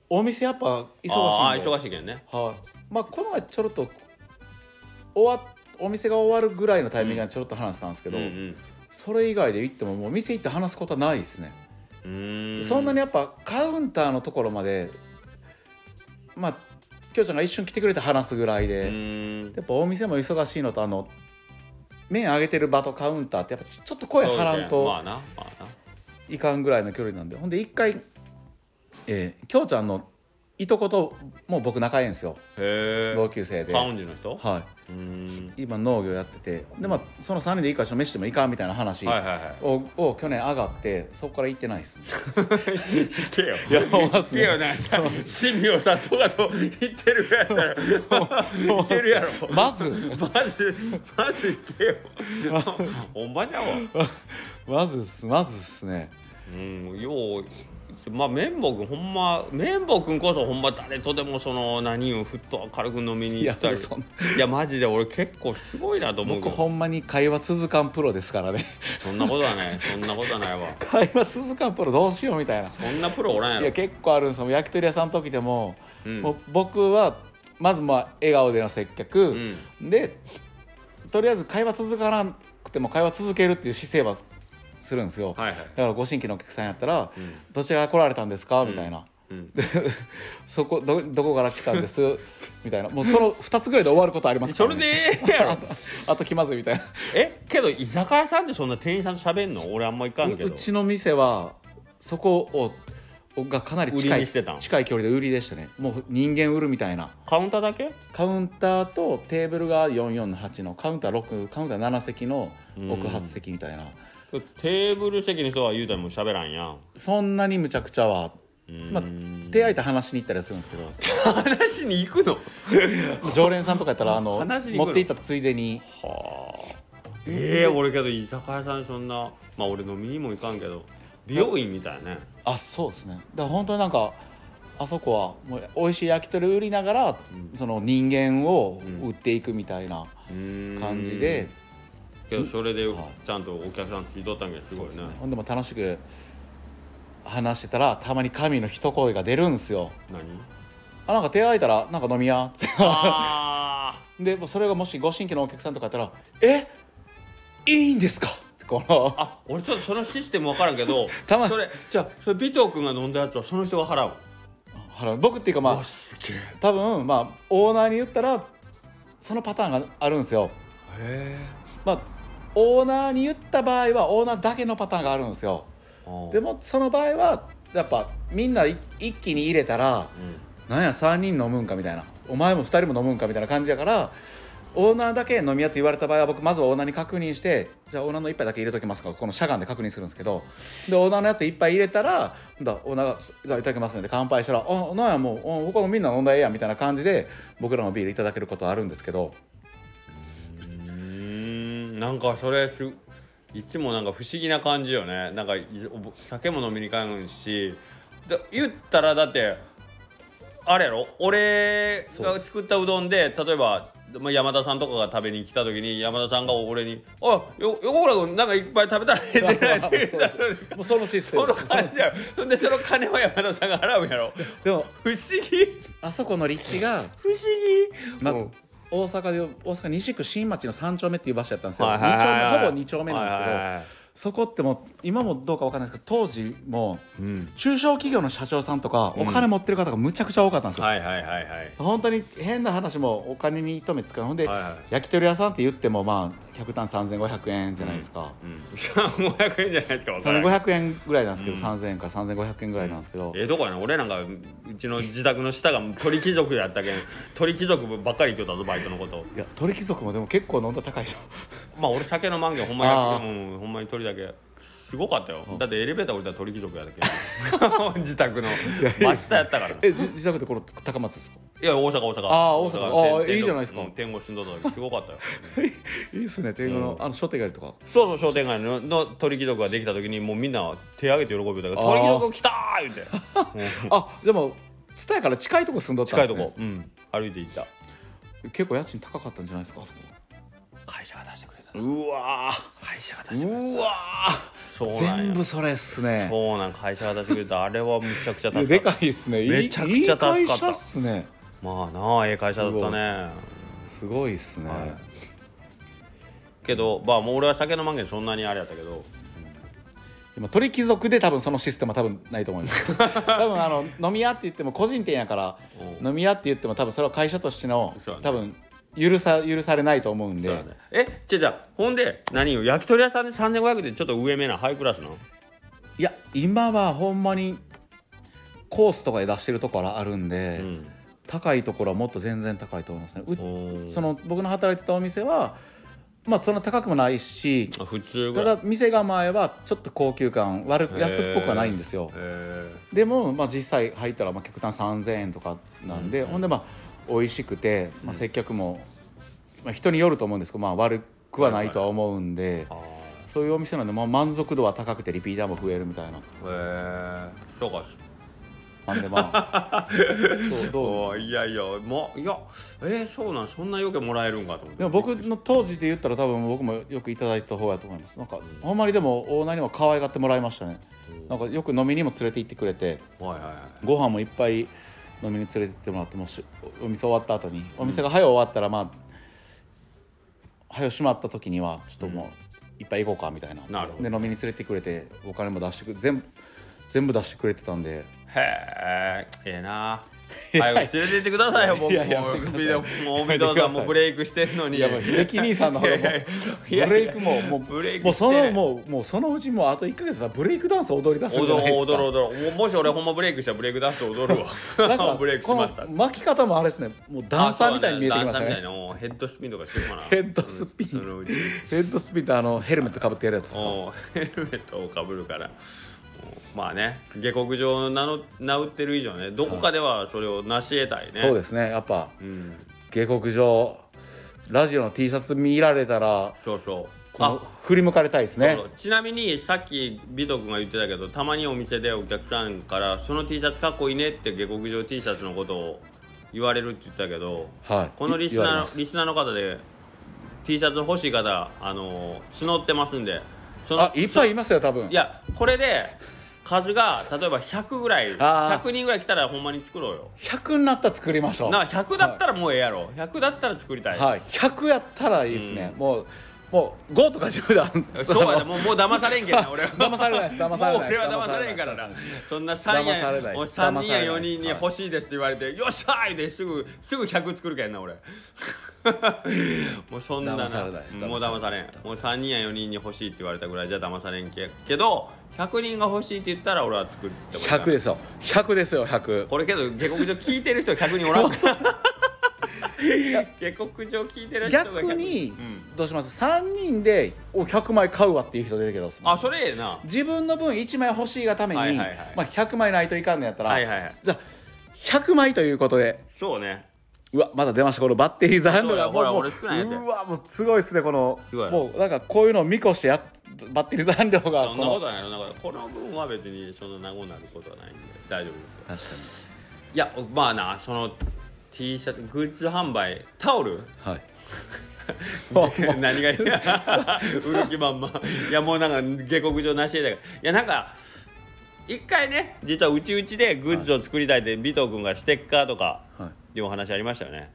B: お店やっぱ忙しいんで
A: ああ忙しいけどね
B: はい、まあこの前ちょろっと終わお店が終わるぐらいのタイミングでちょろっと話したんですけ
A: うん
B: ど、
A: うん
B: それ以外で行ってももう店行って話すことはないですね、
A: うーん
B: そんなにやっぱカウンターのところまでまあきょうちゃんが一瞬来てくれて話すぐらいうで、
A: ーん
B: やっぱお店も忙しいのとあの麺上げてる場とカウンターってやっぱちょちょっと声張らん
A: そうだよまあ
B: と
A: なまあない
B: かんぐらいの距離なんでほんで一回、えー、きょうちゃんのいとこともう僕仲いいんですよ
A: へ
B: 同
A: え
B: 級生で、
A: パウ
B: は
A: ンジの人
B: い、
A: うーん
B: 今農業やっててで、まあ、その3人でいいか一緒に飯してもいいかみたいな話を,、
A: はいはいはい
B: を去年上がってそこから行ってな いです
A: 聞けよ
B: いやほんまっ
A: 聞
B: す
A: け
B: ね
A: よなさ神妙さとかと言ってるやろ言ってるやろ
B: まず
A: まずまず聞けよ ほんまじゃわ
B: まずっすまずっすね
A: うんようまあ綿棒君ほんま綿棒君こそほんま誰とでもその何をふっと軽く飲みに行ったり
B: いや俺そんない
A: やマジで俺結構すごいなと思うけ
B: 僕
A: ど
B: ほんまに会話続かんプロですからね
A: そんなことはないそんなことはないわ
B: 会話続かんプロどうしようみたいな
A: そんなプロおらんや
B: い
A: ろ
B: や結構あるんですよ焼き鳥屋さんの時でも,、
A: うん
B: もう僕はまずまあ笑顔での接客、でとりあえず会話続からなくても会話続けるっていう姿勢はするんですよ、
A: はいはい
B: だからご新規のお客さんやったら「
A: うん
B: どちらから来られたんですか?」みたいな「
A: うん
B: そこどどこから来たんです?」 みたいなもうその2つぐらいで終わることありますか
A: そ
B: ら、
A: れ
B: ね、
A: でええやろ
B: あと気まずいみたいな
A: えけど居酒屋さんってそんな店員さんと喋んの俺あんま行かんけ
B: う
A: ど
B: ちの店はそこをがかなり
A: 売
B: 近
A: り
B: い
A: にしてたん
B: 近い距離で売りでしたねもう人間売るみたいな
A: カウンターだけ
B: カウンターとテーブルが44の8のカウンター6カウンター7席の奥8席みたいな
A: テーブル席の人は言うたらもう喋らんやん
B: そんなにむちゃくちゃは、
A: うん
B: まあ、手空いた話しに行ったりはするんですけど
A: 話に行くの
B: 常連さんとかやったらあ の
A: 話に行くの
B: 持って行ったついでに
A: はあええ俺けど居酒屋さんそんなまあ俺飲みにも行かんけど美容院みたいね
B: あそうですねだから本当になんかあそこはもう美味しい焼き鳥売りながら、その人間を売っていくみたいな感
A: 感
B: じで、
A: けどそれで
B: はい
A: ちゃんとお客さん聞いとったんけどす
B: そ
A: ご
B: う
A: い
B: で
A: ね
B: すねほんでも楽しく話してたらたまに神の一声が出るんですよ
A: 何
B: あなんか手空いたらなんか飲みやつって
A: あ
B: でもうそれがもしご新規のお客さんとかやったら「えいいんですか?」この
A: ーあ俺ちょっとそのシステム分からんけど
B: たまに
A: それじゃあそれ尾藤君が飲んだやつはその人が払う
B: 払う僕っていうかまあ
A: わすげえ
B: 多分まあオーナーに言ったらそのパターンがあるんですよ
A: へ
B: まあオーナーに言った場合はオーナーだけのパターンがあるんですよ
A: え
B: で、もその場合はやっぱみんない一気に入れたら
A: うん
B: なんや3人飲むんかみたいなお前も2人も飲むんかみたいな感じやからオーナーだけ飲み屋って言われた場合は僕まずはオーナーに確認してじゃあオーナーの一杯だけ入れときますかこのしゃがんで確認するんですけどでオーナーのやつ一杯入れたら今度はオーナーが「じゃあいただきますので乾杯したら「あなんやもうお他のみんな飲んだらええやん」みたいな感じで僕らのビールいただけることはあるんですけど
A: うーんなんかそれすいつもなんか不思議な感じよねなんかいお酒も飲みに行かんしだ言ったらだってあれやろ俺
B: そう
A: が
B: です
A: 作ったうどんで例えばまあ山田さんとかが食べに来た時に山田さんが俺に「あよ横倉君なんかいっぱい食べたらええんじゃない」って言ったのに
B: もう そのシス テ
A: その
B: ム
A: 感じやろほんでその金は山田さんが払うんやろ
B: でも
A: 不思議
B: あそこの立地が、
A: 不思議
B: まあ
A: うん
B: 大阪で大阪西区新町の3丁目っていう場所やったんですよ、
A: は
B: 二
A: いはいはいはい
B: 丁目ほぼ2丁目なんですけど、
A: はいはいはい
B: そこってもう今もどうかわかんないですけど当時も
A: うん
B: 中小企業の社長さんとか
A: う
B: お
A: ん
B: 金持ってる方がむちゃくちゃ多かったんですよ、
A: はいはいはいはい
B: 本当に変な話もお金に糸目つかないほんで、
A: はいはい
B: 焼き鳥屋さんって言ってもまあ100単3500円じゃないですか、
A: うん、3500円じゃないってことない
B: 3500円ぐらいなんですけど、3000円から3500円ぐらいなんですけど、
A: ええとこやな俺なんかううちの自宅の下が鳥貴族やった けん鳥貴族ばっかり言ってたぞバイトのこと
B: いや鳥貴族もでも結構飲んだら高いでしょ
A: まあ俺酒の満月ほんまに
B: ああ
A: うんほんまに鳥だけすごかったよだってエレベーター降りたら鳥貴族やったけん 自宅の真下やったから
B: え自自宅でこの高松ですか
A: いや大阪大阪
B: ああ大阪ああ
A: 天
B: いいじゃないですか
A: うん天狗住んどった時すごかったよ
B: いいですね天狗の,、あの商店街とか
A: そうそう商店街のの鳥貴族ができた時にもうみんな手挙げて喜びよったから
B: ああ
A: 鳥貴族来たー言うてうん
B: あでも蔦屋から近いとこ住んどったん
A: 近
B: で
A: いと
B: す、ね、
A: こ、うん、歩いて行った
B: 結構家賃高かったんじゃないですかあそこ
A: 会社が出してくれた
B: うわ
A: 会社が出してくれ
B: うわ
A: たそうなん
B: 全
A: や
B: 部それっすね
A: そうなん会社が出してくれたあれはむちゃくちゃ
B: いや
A: 助
B: で
A: かっ
B: かいっすねいい
A: めちゃくちゃ高かった
B: いい会社っすね
A: たまあなあええ会社だったね
B: すごいっすね、
A: はいけどまあもう俺は酒の満月そんなにあれやったけど
B: 今鳥貴族で多分そのシステムは多分ないと思いま す多分あの飲み屋って言っても個人店やから
A: うん
B: 飲み屋って言っても多分それは会社としての、
A: そうやね
B: 多分許さ許されないと思うんで
A: そうやねえじゃじゃほんで何よ焼き鳥屋さんで3500でちょっと上目なハイクラスなの
B: いや今はほんまにコースとかで出してるところあるんで、
A: うん
B: 高いところはもっと全然高いと思いますねう
A: うん
B: その僕の働いてたお店はまあそんな高くもないし
A: あ普通
B: た
A: ぐらい
B: だ店構えはちょっと高級感悪
A: へ
B: く
A: ー
B: 安っぽくはないんですよ
A: え
B: でも、まあ、実際入ったらまあ客単3000円とかなんで、ほんでまあ美味しくて、まあ、接客も、まあ、人によると思うんですけど、まあ、悪くはないとは思うんで、
A: ー、あ
B: そういうお店なんで、まあ、満足度は高くてリピーターも増えるみたいな
A: ーへえそうか
B: なんでま あそうどう
A: おーいやいやもういやえー、そうなんそんな余計もらえるんかと思って
B: でも僕の当時で言ったら多分僕もよくいただいた方やと思いますなんかほんまにでもオーナーにも可愛がってもらいましたねなんかよく飲みにも連れて行ってくれて
A: はいはいはい
B: ご飯もいっぱい飲みに連れて行ってもらってもうしお店終わった後にお店が早終わったらまあ早閉まった時にはちょっともういっぱい行こうかみたいな
A: なるほど
B: で飲みに連れてくれてお金も出してくれ全部全部出してくれてたんで
A: へえええな早く連れて行ってくださいよ僕
B: いやいや
A: も
B: やめてくださ
A: うもうおみどさんもブレイクしてるのに
B: いやもう秀樹兄さんの方がもう
A: いやいや
B: ブレイクももう
A: ブレイクして
B: もうそのもうもうそのうちもうあと1か月だブレイクダンス踊り出すん
A: 踊
B: じゃ
A: ろ
B: な
A: う
B: いですか
A: 踊ろう踊ろうももし俺ほんまブレイクしたらブレイクダンス踊る
B: なん
A: わ
B: か
A: ブレイクしました
B: この巻き方もあれですねもうダンサーみたいに見えてきました
A: ダンサーみたい
B: ね
A: なもうヘッドスピンとかしてるかな
B: ヘッドスピン
A: そのうち
B: ヘッドスピンってあのヘルメットかぶってやるやつですか
A: おうヘルメットをかぶるからもうまあね下克上を名の名打ってる以上ねどこかではそれを成し得たいね
B: そうですねやっぱ
A: うん
B: 下克上ラジオの T シャツ見られたら
A: そうそう
B: この振り向かれたいですね
A: そうそうちなみにさっき美斗君が言ってたけどたまにお店でお客さんから「その T シャツかっこいいね」って下克上 T シャツのことを言われるって言ったけど
B: はい
A: このリス
B: 言われ
A: ナ
B: ま
A: ー
B: す
A: リスナーの方で T シャツ欲しい方あの募ってますんでその
B: あいっぱいいますよ多分
A: いやこれで数が例えば100ぐらい
B: あー
A: 100人ぐらい来たらほんまに作ろうよ
B: 100になったら作りましょう
A: な100だったらもうええやろ100だったら作りたい、
B: はい、100やったらいいですね、もうもう5とか10だ
A: そうやでもうもう騙されんけんな俺は
B: 騙されないです騙されないです
A: もう俺は騙されんからなそんな3
B: 騙されな
A: や
B: い
A: もう
B: です
A: 3人や
B: 騙されないです
A: 4人に欲しいですって言われて、よっしゃーですぐすぐ100作るけんな俺 もうそんなな
B: 騙されないです
A: もう騙されん
B: 騙されないです
A: もう3人や4人に欲しいって言われたぐらいじゃ騙されんけけど100人が欲しいって言ったら俺は作ってもいいから
B: 100ですよ100ですよ100
A: これけど下克上聞いてる人100人おらんから 下克上聞いてる人が100
B: 逆に
A: うん
B: どうします3人でお100枚買うわっていう人出てけど
A: あそれええな
B: 自分の分1枚欲しいがために、
A: はいはいはい
B: まあ、100枚ないといかんのやったら、
A: はいはいはい
B: じゃあ100枚ということで
A: そうね
B: うわまだ出ましたこのバッテリー残
A: そ
B: 量が
A: うや
B: もう
A: ほら俺少ないやつや
B: うわもうすごいですねこの
A: すごい
B: もうなんかこういうのを見越してやっバッテリー残量が
A: そんなことはないそんなことないこの分は別にそんな名護になることはないんで大丈夫です
B: 確か
A: いやまあなその T シャツグッズ販売タオル
B: にはいもうも う
A: 何がいい売る気満々いやもうなんか下克上なし得だからいやなんか一回ね実はうちうちでグッズを作りたいって尾藤君がステッカーとか
B: はい
A: いうお話ありましたよね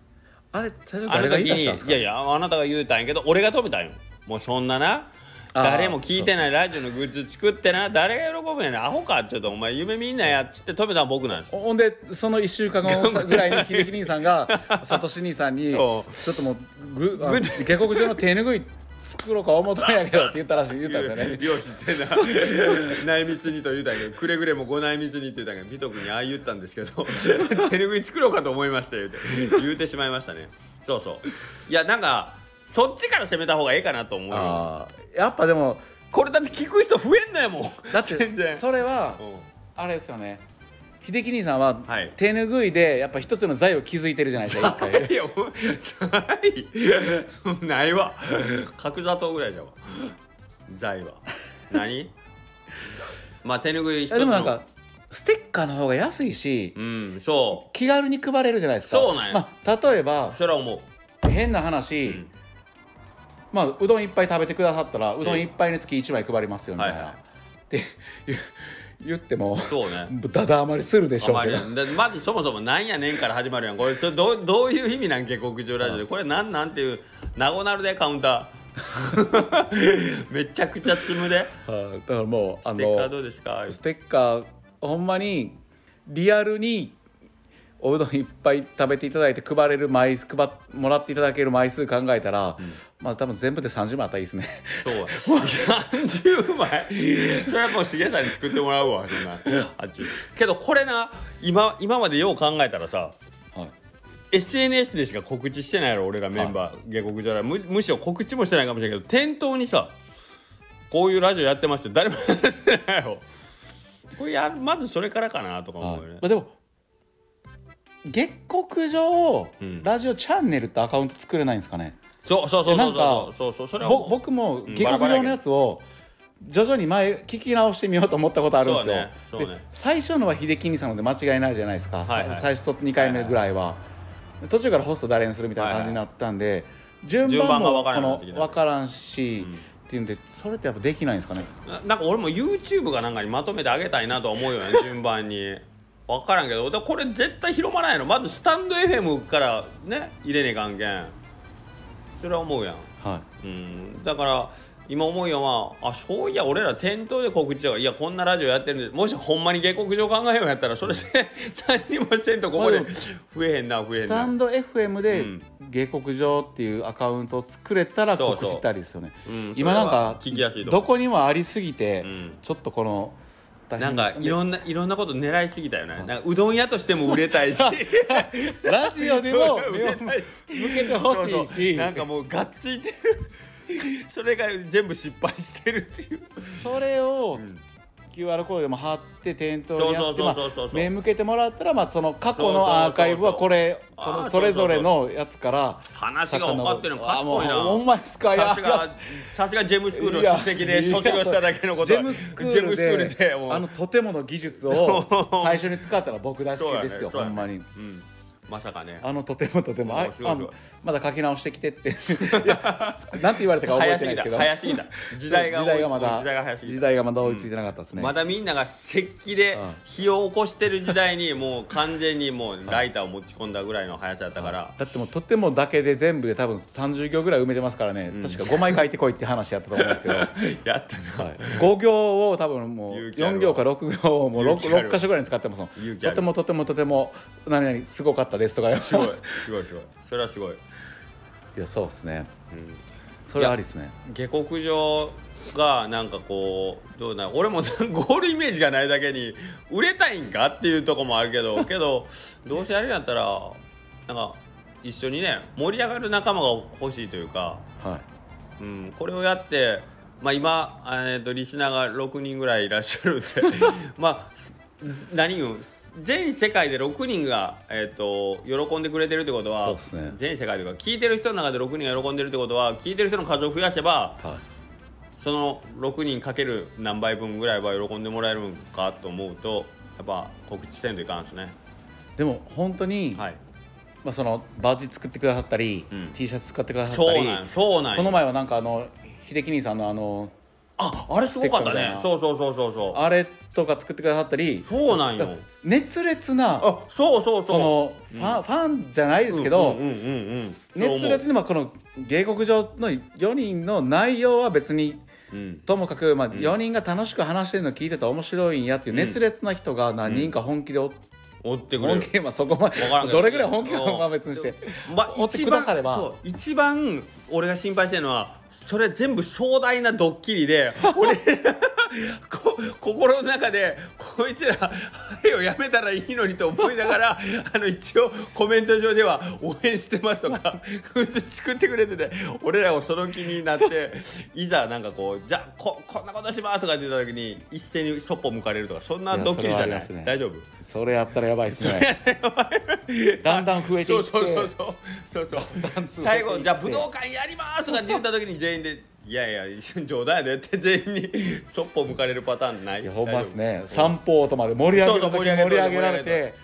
B: あれ大丈夫
A: あ
B: 誰
A: の
B: が
A: 時
B: 言い出
A: に
B: し
A: い
B: たんですか
A: やいやあなたが言うたんやけど俺が止めたんよもうそんなな
B: あー
A: 誰も聞いてないラジオのグッズ作ってな誰が喜ぶんやねんアホかちょっとお前夢みんなやっつって止めたの僕なんですよ
B: ほんでその1週間後ぐらいに秀樹兄さん がサトシ兄さんに「ちょ
A: そ
B: っともうぐ あの下克上の手拭い作ろうか思ったんやけど」って言ったらしい言ったんですよ ね
A: よう知ってんな 内密にと言うたんやけどくれぐれもご内密にって言うたんやけど美ト君にああ言ったんですけど 手拭い作ろうかと思いました言うて言うてしまいましたねそうそういやなんかそっちから攻めた方がええかなと思うよ
B: あーやっぱでも
A: これだって聞く人増えんのやもん
B: だって
A: 全然
B: それは
A: うん
B: あれですよね秀樹兄さんは
A: はい
B: 手拭いでやっぱ一つの財を築いてるじゃないですか一回
A: いや、おない。ないわ。角砂糖ぐらいじゃわ。財は。何まあ、手拭い一つの。
B: でもなんかステッカーの方が安いし
A: うん、そ
B: 気軽に配れるじゃないですか
A: そうなんや
B: まあ、例えば
A: う。それは思う。
B: 変な話、
A: ん
B: まあうどんいっぱい食べてくださったらうどんいっぱいにつき1枚配りますよみたいな、
A: はいはい
B: って言う言っても
A: そうね。
B: だだ余りするでし
A: あ
B: ょ
A: ま
B: うけ
A: り
B: ど
A: でまずそもそもなんやねんから始まるやんこれそれどうどういう意味なん下克上ラジオでこれなんなんていうなごなるでカウンター めちゃくちゃ積むで
B: はいだからもうあ
A: ステッカー
B: の
A: どうですか
B: ステッカーほんまにリアルにおうどんいっぱい食べていただいて配れる枚数配っもらっていただける枚数考えたら、まあ多分全部で30枚あったらいいですね
A: そうや30枚それはもうしげさんに作ってもらうわそんなあっちゅうけどこれな今今までよう考えたらさ
B: はい
A: SNS でしか告知してないやろ俺がメンバー下克上だむむしろ告知もしてないかもしれないけど店頭にさこういうラジオやってました誰もやってないよこれやるまずそれからかなとか
B: はい
A: 思うよね
B: まあ、でも月国上、
A: うん
B: ラジオチャンネルってアカウント作れないんですかね
A: そうそうそう
B: いや
A: そう
B: な
A: ん
B: か
A: そうそうそうそれはも
B: ぼ
A: う
B: 僕も
A: うん
B: 下
A: バラバ
B: 克
A: ラや
B: 上
A: け
B: の
A: ど
B: やつを徐々に前聞き直してみようと思ったことあるんですよ、
A: そうねそうね
B: で最初のは秀樹兄さんので間違いないじゃないですか、
A: はいはい
B: さ最初と2回目ぐらいは、途中からホスト誰にするみたいな感じになったんで、順番も
A: 順番が分からんようになってき
B: こ
A: た
B: の分からんし、
A: うん
B: っていうんでそれってやっぱできないんですかね
A: ななんか俺も YouTube がなんかにまとめてあげたいなとは思 うよね順番に分からんけどでもこれ絶対広まらないのまずスタンド FM からね入れねえ関係それは思うやん
B: は
A: うんだから今思うよはあそういや俺ら店頭で告知とかいやこんなラジオやってるんでもしほんまに下克上考えようやったらそれせ、 何もせんとここで
B: まあで
A: 増えへんな増
B: い
A: えへ
B: ス
A: ん
B: タ
A: な
B: ンド FM で
A: うん
B: 下克上っていうアカウントを作れたら
A: そうそう
B: 告知ったりですよね
A: うん
B: 今なん
A: それは
B: か
A: 聞きやすいと思
B: ど
A: う
B: こにもありすぎて、
A: うん
B: ちょっとこの大
A: なんか
B: 変
A: いろんないろんなこと狙いすぎたよねなんかうどん屋としても売れたい し
B: ラジオで も目を向
A: たいし
B: けてほしいし
A: なんかもうがっついてる それが全部失敗してるっていう、
B: それを QR コードでも貼って店頭にやって
A: そ
B: ま
A: う
B: あ
A: そうそうそうそう
B: 目向けてもらったらまあその過去
A: そうそうそう
B: のアーカイブはこれ
A: あ
B: こ
A: ー
B: のそれぞれのやつから
A: 話が分かってるの賢いな
B: あもうほんまですかいや
A: さすがさすがジェムスクールの
B: いや
A: 出席で卒業しただけのこと
B: ジェムスク
A: ジェ
B: ー
A: ム
B: ル
A: スクー
B: で
A: ルでもう
B: あのとてもの技術を 最初に使ったら僕大好きですよ、
A: そう
B: ほ
A: やね
B: んまに。
A: うんまさかね
B: あのとてもとてもあ
A: おーすごい
B: あ
A: すごい
B: まだ書き直してきてって いやなんて言われたか覚え
A: 早
B: て
A: す
B: な
A: ぎ
B: いで
A: た
B: すけど
A: 早すぎた時代が
B: 時代がまだ
A: 時代が早すぎた
B: 時代がまだ追いついてなかったですね、
A: まだみんなが石器で
B: うん
A: 火を起こしてる時代にもう完全にもうライターを持ち込んだぐらいの速さだったから
B: だってもうとてもだけで全部で多分30行ぐらい埋めてますからね、
A: ん
B: 確か5枚書いてこいって話やったと思うんですけど、はい、
A: やったな
B: 5行を多分もう
A: 勇気あるわ
B: 4行か6行をもう 6,
A: 勇気ある
B: 6箇所ぐらいに使ってますもん
A: 勇気ある
B: とてもとてもとても何々すごかったですとか
A: すごいすごいすごいそれはすごい
B: いやそうですね
A: うん
B: それはありですね
A: 下克上がなんかこうどうだ俺もゴールイメージがないだけに売れたいんかっていうとこもあるけど けどどうせやるんやったらなんか一緒にね盛り上がる仲間が欲しいというか、
B: はい
A: うん、これをやって、まあ、今、えー、とリスナーが6人ぐらいいらっしゃるんで まあす何よ全世界で6人が、えー、と喜んでくれてるってことは
B: そうっすね
A: 全世界というか聞いてる人の中で6人が喜んでるってことは聞いてる人の数を増やせば
B: はい
A: その6人かける何倍分ぐらいは喜んでもらえるんかと思うとやっぱ告知せんといかんですね
B: でも本当に、
A: はい
B: まあ、そのバッジ作ってくださったり、
A: うん
B: T シャツ使ってくださっ
A: そ
B: たり
A: うなんそうなん
B: この前はなんかあの秀樹兄さんのあの
A: ああれすごかったね
B: ステ
A: そうそうそうそうそう
B: あれとか作ってくださったり
A: そうなんよ
B: 熱烈な
A: あそうそうそう
B: そのファン,、ファンじゃないですけど、
A: うんうんうんうんそう
B: 熱
A: 思う
B: 烈にまあこの芸国上の4人の内容は別に
A: うん
B: ともかくまあ4人が楽しく話してるの聞いてたら面白いんやっていう熱烈な人が何人か本気でおっ、
A: 追ってくれ
B: 本
A: る
B: 気はそこまで
A: わからんけ
B: どれぐらい本気かは別にして
A: うんまあ
B: 追って
A: 一
B: くだ
A: 番
B: されば
A: そう一番俺が心配してるのはそれ全部壮大なドッキリで俺 こ心の中でこいつらあれをやめたらいいのにと思いながらあの一応コメント上では応援してますとか作ってくれてて俺らをその気になっていざなんかこうじゃあここんなことしますとかって言った時に一斉にそっぽ向かれるとかそんない
B: や
A: ドッキリじゃ
B: それ
A: な
B: は
A: い
B: ありますね
A: 大丈夫
B: それやったらやばいですね だんだん増えて
A: そ
B: いっ
A: う
B: て
A: そうそうそうそうそう
B: 数
A: 最後じゃあ武道館やりますとかって言った時に全員で「いやいや一緒に冗談やで」って全員にそっぽ向かれるパターンない
B: いやほんまです
A: 大
B: ね
A: 丈夫
B: 散歩とまで盛り上げる
A: そうそう
B: 時
A: 盛り上げと
B: 盛り
A: いて
B: 上げられ
A: 盛り上げ
B: て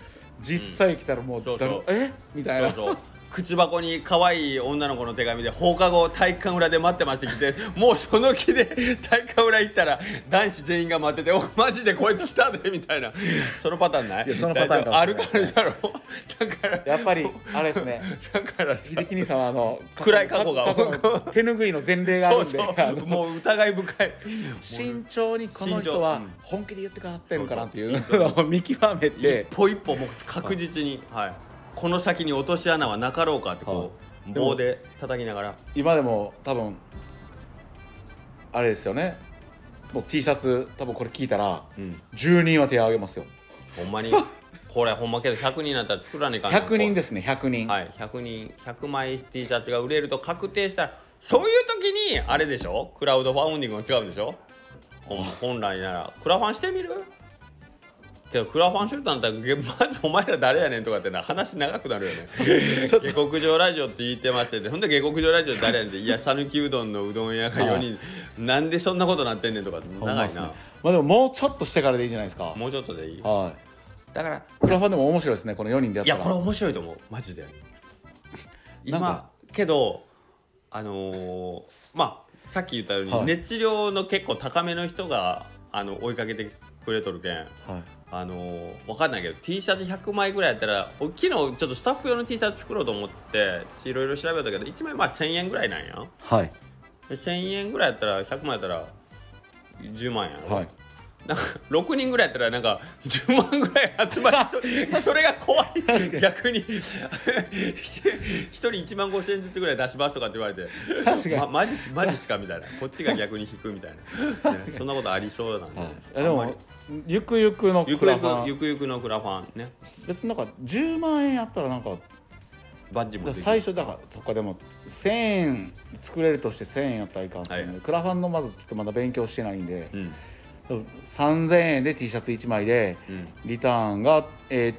B: 実際来たらもう
A: そう
B: だ
A: そう
B: るえみたいな
A: そうそう口箱に可愛い女の子の手紙で放課後体育館裏で待ってましてきてもうその気で体育館裏行ったら男子全員が待ってて「おマジでこいつ来たで」みたいなそのパターンない
B: いやそのパターンかもしれない
A: あるからじゃろだから
B: やっぱりあれですね
A: だからさ
B: 秀樹兄さんはあの
A: 暗い過去が
B: 過の手拭いの前例があ
A: そ
B: る
A: うん
B: で
A: そうもう疑い深い
B: 慎重にこの人は
A: 慎重うん
B: 本気で言ってくださってるかなってい
A: そううそう
B: のを見極めて
A: 一歩一歩もう確実に、はい、この先に落とし穴はなかろうかってこう、
B: はい
A: 棒で叩きながら
B: 今でも多分あれですよねもう T シャツ多分これ聞いたら
A: うん
B: 10人は手を挙げますよ
A: ほんまにこれほんまけど100人になったら作らないかんな
B: 100人ですね100人、
A: はい100人100枚 T シャツが売れると確定したらそういう時にあれでしょクラウドファウンディングも違うでしょほん本来ならクラファンしてみるけどクラファンしてるとなったらげ まずお前ら誰やねんとかってな話長くなるよね 下克上ラジオって言ってましててほんで下克上ラジオ誰やねんっていや讃岐うどんのうどん屋が4人なんでそんなことなってんねんとか
B: ほんま
A: 長
B: っ
A: い
B: すね
A: な、
B: まあでももうちょっとしてからでいいじゃないですか
A: もうちょっとでいい
B: はい
A: だから
B: クラファンでも面白いですねこの4人でやっ
A: い
B: た
A: や
B: ら
A: これ面白いと思うマ ジで
B: なん
A: 今
B: か
A: けどあのーまあさっき言ったように、
B: はい
A: 熱量の結構高めの人があの追いかけてくれとるけん
B: はい
A: あのーわかんないけど T シャツ100枚ぐらいやったらお昨日ちょっとスタッフ用の T シャツ作ろうと思っていろいろ調べたけど1枚まあ1000円ぐらいなんや
B: はい
A: で1000円ぐらいやったら100枚やったら10万やろ
B: はい
A: なんか6人ぐらいやったらなんか10万ぐらい集まりそう それが怖い逆に 1人1万5千円ずつぐらい出しますとかって言われて
B: 確かに
A: ま、マジマジっすかみたいなこっちが逆に引くみたい な、ねそんなことありそうなんで、
B: はい
A: あ
B: で
A: んまり
B: もゆくゆくの
A: ゆ
B: ク
A: くゆ
B: ラ
A: く
B: ファン
A: ゆくゆくのクラファンね
B: 別になんか10万円やったらなんか
A: バッジ
B: だ
A: も
B: から
A: ついて
B: 最初だからそっかでも1000円作れるとして1000円やったらいかんっすよね、
A: はい
B: クラファンのまずちょっとまだ勉強してないんで、
A: うん
B: 3000円で T シャツ1枚で
A: うん
B: リターンが、え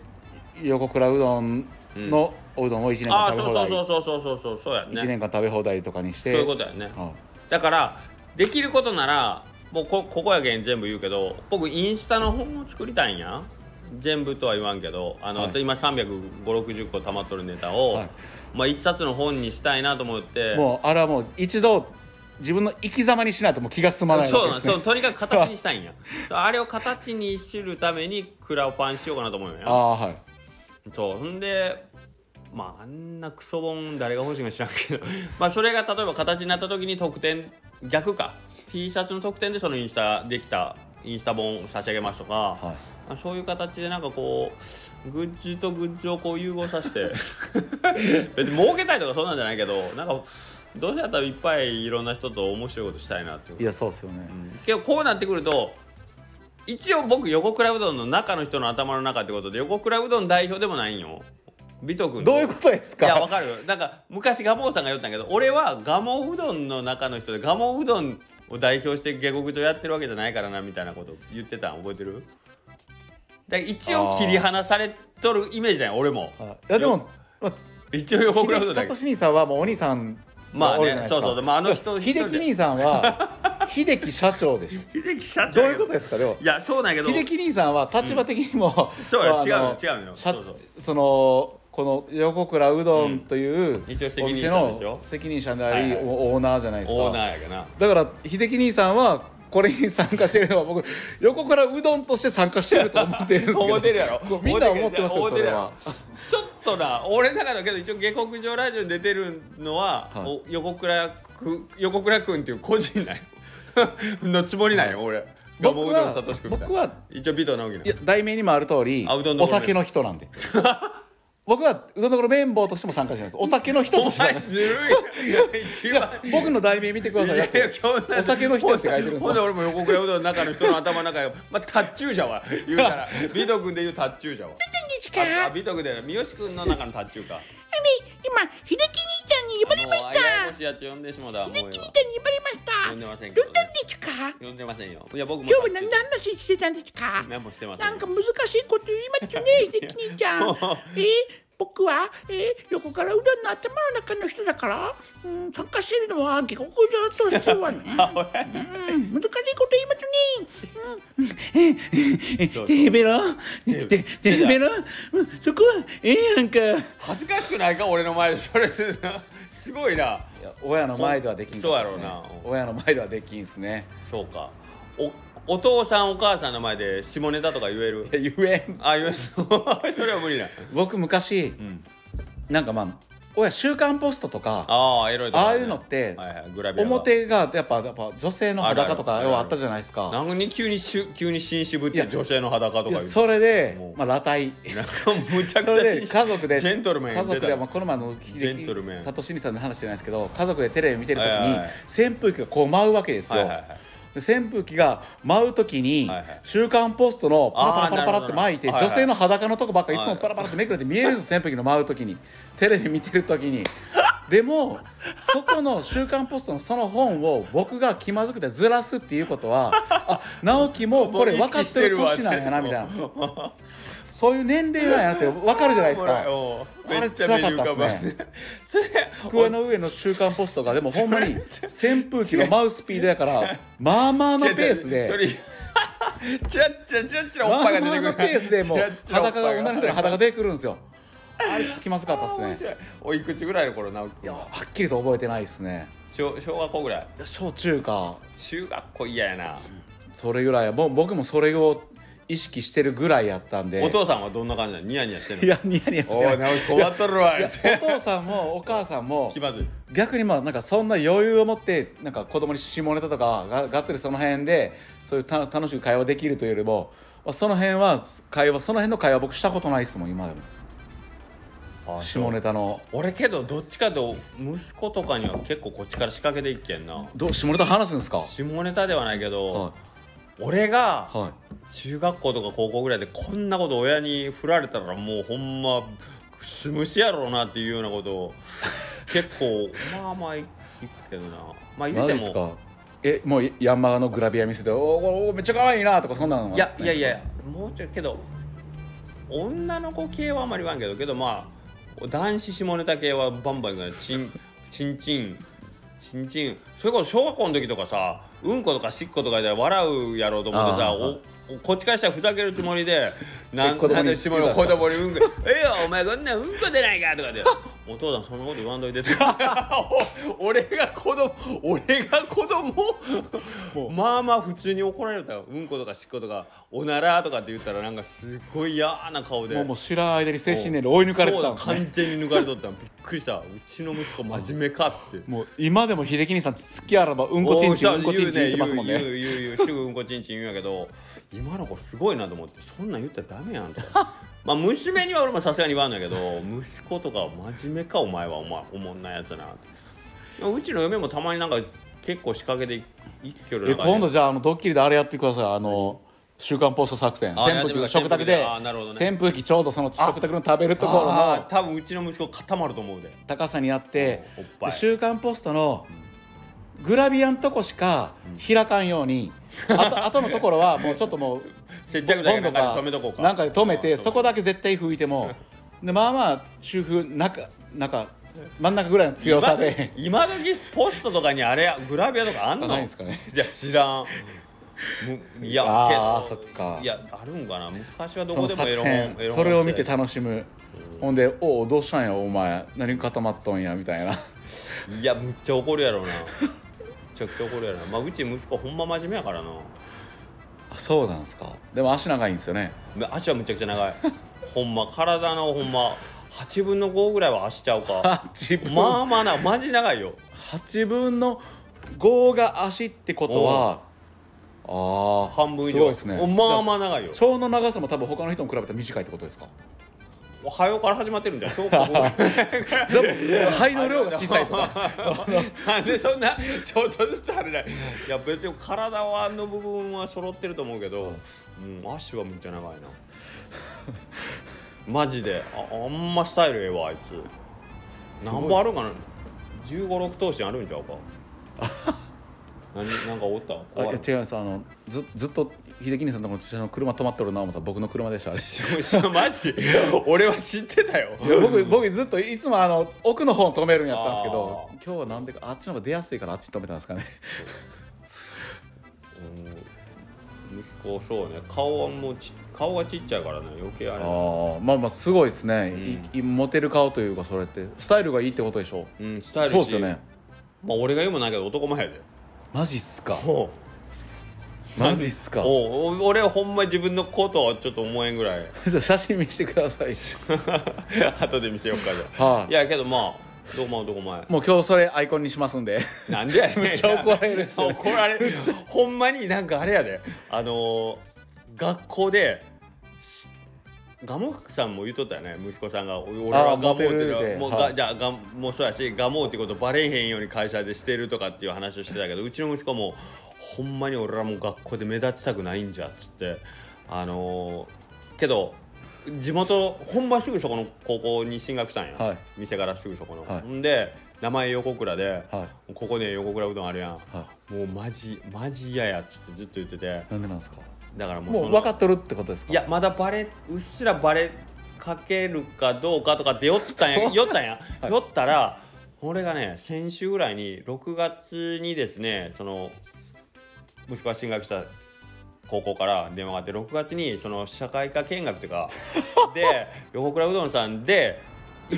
B: ー、横倉うどんのおうどんを1年
A: あ
B: 間
A: あ
B: 食べ
A: そう
B: 放
A: そ
B: 題、
A: うそうそうそうそうそうそうや
B: 1
A: ね
B: 年間食べ放題とかにし
A: そう
B: て
A: いうことやね
B: はい
A: だからできることならもうこここやけん全部言うけど僕インスタの本を作りたいんや全部とは言わんけどあの、
B: はい
A: 今35060個溜まっとるネタを、
B: はい
A: まあ、一冊の本にしたいなと思って
B: もうあれはもう一度自分の生き様にしないともう気が済まない
A: そう
B: わ
A: なん
B: けです
A: そう
B: ね
A: とにかく形にしたいんや あれを形にするためにクラファンしようかなと思うん
B: あ
A: や
B: あはい
A: そうほんでまああんなクソ本誰が欲しいか知らんけど まあそれが例えば形になった時に特典逆か T シャツの特典でそのインスタできたインスタ本を差し上げますとか、
B: はい
A: まあそういう形でなんかこうグッズとグッズをこう融合させて 別に儲けたいとかそんなんじゃないけどなんかどうせやったらいっぱいいろんな人と面白いことしたいなっていう
B: いやそうですよね、
A: けどこうなってくると一応僕横倉うどんの中の人の頭の中ってことで横倉うどん代表でもないんよ美く君
B: どういうことです
A: い
B: か
A: やわかるよなんか昔蒲生さんが言ったんやけど俺は蒲生うどんの中の人で蒲生うどんを代表して下克上やってるわけじゃないからなみたいなこと言ってたん覚えてるだから一応切り離されとるイメージだよ俺も
B: はいいやでもまあ
A: 一応横倉うどんだ
B: 秀
A: けど
B: 樹兄さんはもうお兄さん
A: まあ
B: おるじゃな
A: ね
B: いで
A: そ
B: すか
A: うそうまああの人一
B: 秀
A: 人
B: 樹
A: で
B: 兄さん は秀樹社長でしょ
A: 秀樹社長
B: どういうことですかでも
A: いやそうなんやけど
B: 秀樹兄さんは立場的にも、
A: そうよ
B: まあ
A: 違うよ
B: あ
A: 違うよ
B: 社
A: そうそう
B: そのこの横倉うどんという、
A: 一応責
B: お
A: 任
B: 店
A: 者でしょ
B: の責任者であり、
A: はいはい
B: オーナーじゃないですか
A: オーナーやかな
B: だから秀樹兄さんはこれに参加してるの は僕横からうどんとして参加してると思ってるんですけど
A: 思ってるやろ
B: こう みんな思ってますよそれは
A: ちょっとな俺だからけど一応下克上ラジオに出てるのは、
B: はい
A: お横倉く横倉君っていう個人なんよ のつもりなんよ、俺
B: 僕
A: ガモう
B: は
A: どんさとし君みたいな
B: 僕は
A: 一応ビト直樹の
B: いや題名にもある通り
A: あうどんどころ
B: お酒の人な んで僕はうどんどころ綿棒としても参加してないですお酒の人
A: お
B: として参
A: 前
B: 加して
A: ずるいや一番
B: 僕の題名見てくださいだってお酒の人って書いてるんです
A: ほんで
B: よ
A: 俺も横倉うどんの中の人の頭の中よまあタッチューじゃわ言うた らビト君で言うタッチューじゃわああビト君で三好君の中のタッチューか
C: 今秀樹兄ちゃんに呼ばれまし
A: もう
C: た
A: ややこしいやつ呼んでしもうたわもう
C: 秀樹
A: よ
C: 兄ちゃんに呼ばれました
A: 呼んでませんけ
C: ど
A: ど、
C: うなん
A: ね、
C: ですか
A: 呼んでませんよいや僕も
C: 今日は何の話してたんですか
A: 何もしてません
C: なん
A: よ
C: か難しいこと言いますね秀樹兄ちゃん
A: も
C: え
A: う
C: ー僕は、えー横から裏の頭の中の人だから、うん、参加してるのは下克上としてはね、うん、難しいこと言いますね。
B: え
A: そうそう
B: テヘベロ
A: ヘベ
B: テテヘベロうんそこはええやんか
A: 恥ずかしくないか俺の前でそれするの すごいな
B: 親の前ではできんかったです
A: そう
B: ね
A: やろうな
B: 親の前ではできんすね
A: そうかおお父さんお母さんの前で下ネタとか言える
B: いや言えん
A: あ言える それは無理な
B: 僕昔
A: うん
B: なんかまあ親週刊ポストとか
A: ああエロいとかね
B: ああいうのって
A: はいはい、グラビアは
B: 表がやっぱやっぱ女性の
A: あ
B: 裸と
A: るあ
B: か
A: る
B: ようあったじゃないですか
A: なのに急にしゅ急に紳士ぶっ
B: い
A: て
B: や
A: 女性の裸とか
B: いや
A: 言う
B: それで
A: もう
B: まあ裸体
A: なんかむちゃくち
B: そ
A: ゃ
B: れ
A: 紳
B: で
A: 士
B: 家族で
A: ジェントルメン
B: 家族で、まあ、
A: ま
B: この前の
A: ジェントルメン
B: さとしにさんの話じゃないですけど家族でテレビ見てる時
A: はいはい
B: に
A: はい
B: 扇風機がこう舞うわけですよ、
A: はいはいはい
B: で扇風機が舞う時に
A: はいはい
B: 「週刊ポスト」のパラパラパラパラって巻いて
A: あーなるほ
B: 女
A: どな
B: 性の裸のとこばっかりい
A: は
B: つ
A: い
B: もパラパラってめくれて見えるんですよ扇風機の舞う時にテレビ見てる時にでもそこの「週刊ポスト」のその本を僕が気まずくてずらすっていうことはあ直樹もこれ分かってる年なんやなみたいなそういう年齢なんやなって分かるじゃないですか。あれ
A: めっちゃ目に浮かば
B: 辛かったっす
A: ね それ
B: 机の上の週刊ポストがでもほんまに扇風機のマウスピードやからまあまあのペース
A: そ
B: で
A: れチラッチラチラチラ
B: ま
A: おっ
B: あま
A: ぱ
B: あ
A: いが出てく
B: の
A: る
B: ペースでもう
A: チラッチラおっぱ
B: 裸
A: い
B: が女の人の裸が出てくるんですよあれちょっと気まずかった
A: あー
B: で
A: 面
B: すね
A: 白いおいくつぐらいの頃直樹
B: い
A: 君
B: や
A: は
B: はっきりと覚えてないですね
A: 小小学校ぐらい
B: いや小中か
A: 中学校嫌やな、
B: それぐらいもう僕もそれを意識してるぐらいやったんで
A: お父さんはどんな感じなのニヤニヤしてるの
B: いやニヤニヤして
A: お
B: ない
A: い直樹困っとるわ
B: いや
A: 言
B: お
A: って
B: 父さんもお母さんも
A: 気まずい
B: 逆にまあなんかそんな余裕を持ってなんか子供に下ネタとかががっつりその辺でそういうた楽しく会話できるというよりも、まあ、その辺は会話その辺の会話僕したことないですもん今でも下ネタの
A: 俺けどどっちかと息子とかには結構こっちから仕掛けていっけんな
B: どう下ネタ話すんですかは
A: 下ネタではないけ
B: い
A: ど、俺が
B: は
A: 中学校とか高校ぐらいでこんなこと親に振られたらもうほんますむしやろうなっていうようなことを結構まあまあいくけどなまあ
B: い
A: 言
B: マ
A: う
B: ジ
A: て
B: です
A: も
B: かえもうヤンマガのグラビア見せて「おーおーおーめっちゃ可愛いな」とかそんなのはい
A: やいやい
B: な
A: や
B: で
A: もうちょいけど女の子系はあんまり言わんけどけどまあ男子下ネタ系はバンバン言うからチ ンチンチンチンチンそれこそ小学校の時とかさうんことかしっことかで笑うやろうと思って
B: あ
A: さ
B: あ
A: おおこっちからしたらふざけるつもりでなん
B: 子供に
A: なんで下の子供にうんこ 「ええよお前こんなんうんこ出ないか」とかで「お父さんそんなこと言わんといて」とか お俺が子供俺が子供
B: もう
A: まあまあ普通に怒られたようんことかしっことかおならとかって言ったらなんかすっごい嫌な顔
B: す
A: で
B: かもうもう知らん間に精神年齢追い抜かれてたんです
A: そうだ
B: ね
A: 完全に抜かれとったのびっくりしたうちの息子真面目かって
B: もう今でも秀樹兄さん好きあらばうんこちんちん
A: おう
B: うんこちんちん言ってますもん
A: 言
B: ね
A: う言う言う言うすぐうんこちんちん言うんやけど今の子すごいなと思ってそんなん言ったらダメやんとかまあ娘には俺もさすがに言わんのやけど息子とかは真面目かお前はお前おもんなやつやなってうちの嫁もたまになんか結構仕掛けて一挙
B: え今度じゃああのドッキリであれやってくださいあの「週刊ポスト作戦」
A: あ
B: 扇風機の食卓
A: やってみ
B: で
A: るかあなるほどね
B: 扇風機ちょうどその食卓の食べるところ
A: あー
B: の
A: 多分うちの息子固まると思うで
B: 高さにあって
A: おっぱ
B: で「
A: い
B: 週刊ポスト」のグラビアのとこしか開かんよ うにあとあとのところはもうちょっともう
A: 接着剤かなんかで止めとこうか
B: なんかで止めて
A: あー
B: そこだけ絶対拭いてもでまあまあ中風中中真ん中ぐらいの強さで
A: 今今時ポストとかにあれグラビアとかあんの
B: ないんすかね
A: いや知らんむいや
B: あー
A: けど
B: そっか
A: いやあるんかな昔はど
B: そ
A: こ
B: の
A: でも
B: 作
A: エロ
B: 戦
A: 本エロ本
B: それを見て楽しむほんで「おおどうしたんやお前何固まっとんや」みたいな。
A: いやむっちゃ怒るやろうなむちゃくちゃ怒るやろなまあうち息子ほんま真面目やからな
B: あそうなんですかでも足長いんですよね
A: 足はむちゃくちゃ長い ほんま体のほんま8分の5ぐらいは足ちゃう か
B: 8分、
A: まあまあなマジ長いよ
B: 8分の5が足ってことはああ
A: 半分以
B: すご
A: 上
B: いですね
A: おまあまあ長いよ
B: 腸の長さも多分他の人に比べたら短いってことですか
A: おはようから始まってるんじゃん。そうか。
B: でも肺の量が小さいとか
A: なんでそんなちょっとずつあれない。いや別に体はの部分は揃ってると思うけど、うん、足はむっちゃ長いな。マジでああんまスタイルええわあいつ。なんぼあるんかな。十五六頭身あるんちゃうか。何なんかおった
B: あいや
A: 怖い
B: 違いますあのずずっと秀樹兄さんのとこの駐車場の車止まっとるな思ったら僕の車でしたあれ
A: マジ 俺は知ってたよ
B: 僕僕ずっといつもあの奥の方止めるんやったんですけど
A: あ
B: 今日はなんでかあっちの方が出やすいからあっち止めたんですかね
A: うん息子そうね顔はもうち顔がちっちゃいからね余計あれだ
B: ああまあまあすごいですね、いいモテる顔というかそれってスタイルがいいってことでしょ
A: うんスタイル
B: そうですよね
A: まあ俺が言うもないけど男前やで
B: マジっすか
A: おう
B: マジっすか
A: おう俺ほんま自分のことをちょっと思えんぐらい
B: じゃあ写真見せてください
A: 後で見せようかじゃあ
B: はい
A: いやけどまあどこも男前
B: もう今日それアイコンにしますんで
A: なんでやねん。
B: めっちゃ怒られるっすよね
A: 怒られる。 ほんまになんかあれやで。あのー学校で。しガモフさんも言っとったよね息子さんがお俺はガモって
B: モテるで
A: もう
B: は
A: が
B: い
A: じゃあガもうそうやしガモってことバレへんように会社でしてるとかっていう話をしてたけどうちの息子もほんまに俺らもう学校で目立ちたくないんじゃっつってあのーけど地元本場すぐそこの高校に進学したんや、
B: はい
A: 店からすぐそこの、
B: はい
A: んで名前横倉で、
B: は
A: ここで横倉うどんあるやん、
B: は
A: もうマジマジ嫌やっつってずっと言ってて
B: なんでなんですか
A: だからもう
B: も
A: そうの
B: 分かっとるってことですか
A: いやまだバレうっすらバレかけるかどうかとかって酔ったんや 酔ったんや、
B: はい
A: 酔ったら俺がね先週ぐらいに6月にですねその虫歯進学した高校から電話があって6月にその社会科見学というかで横倉うどんさんでい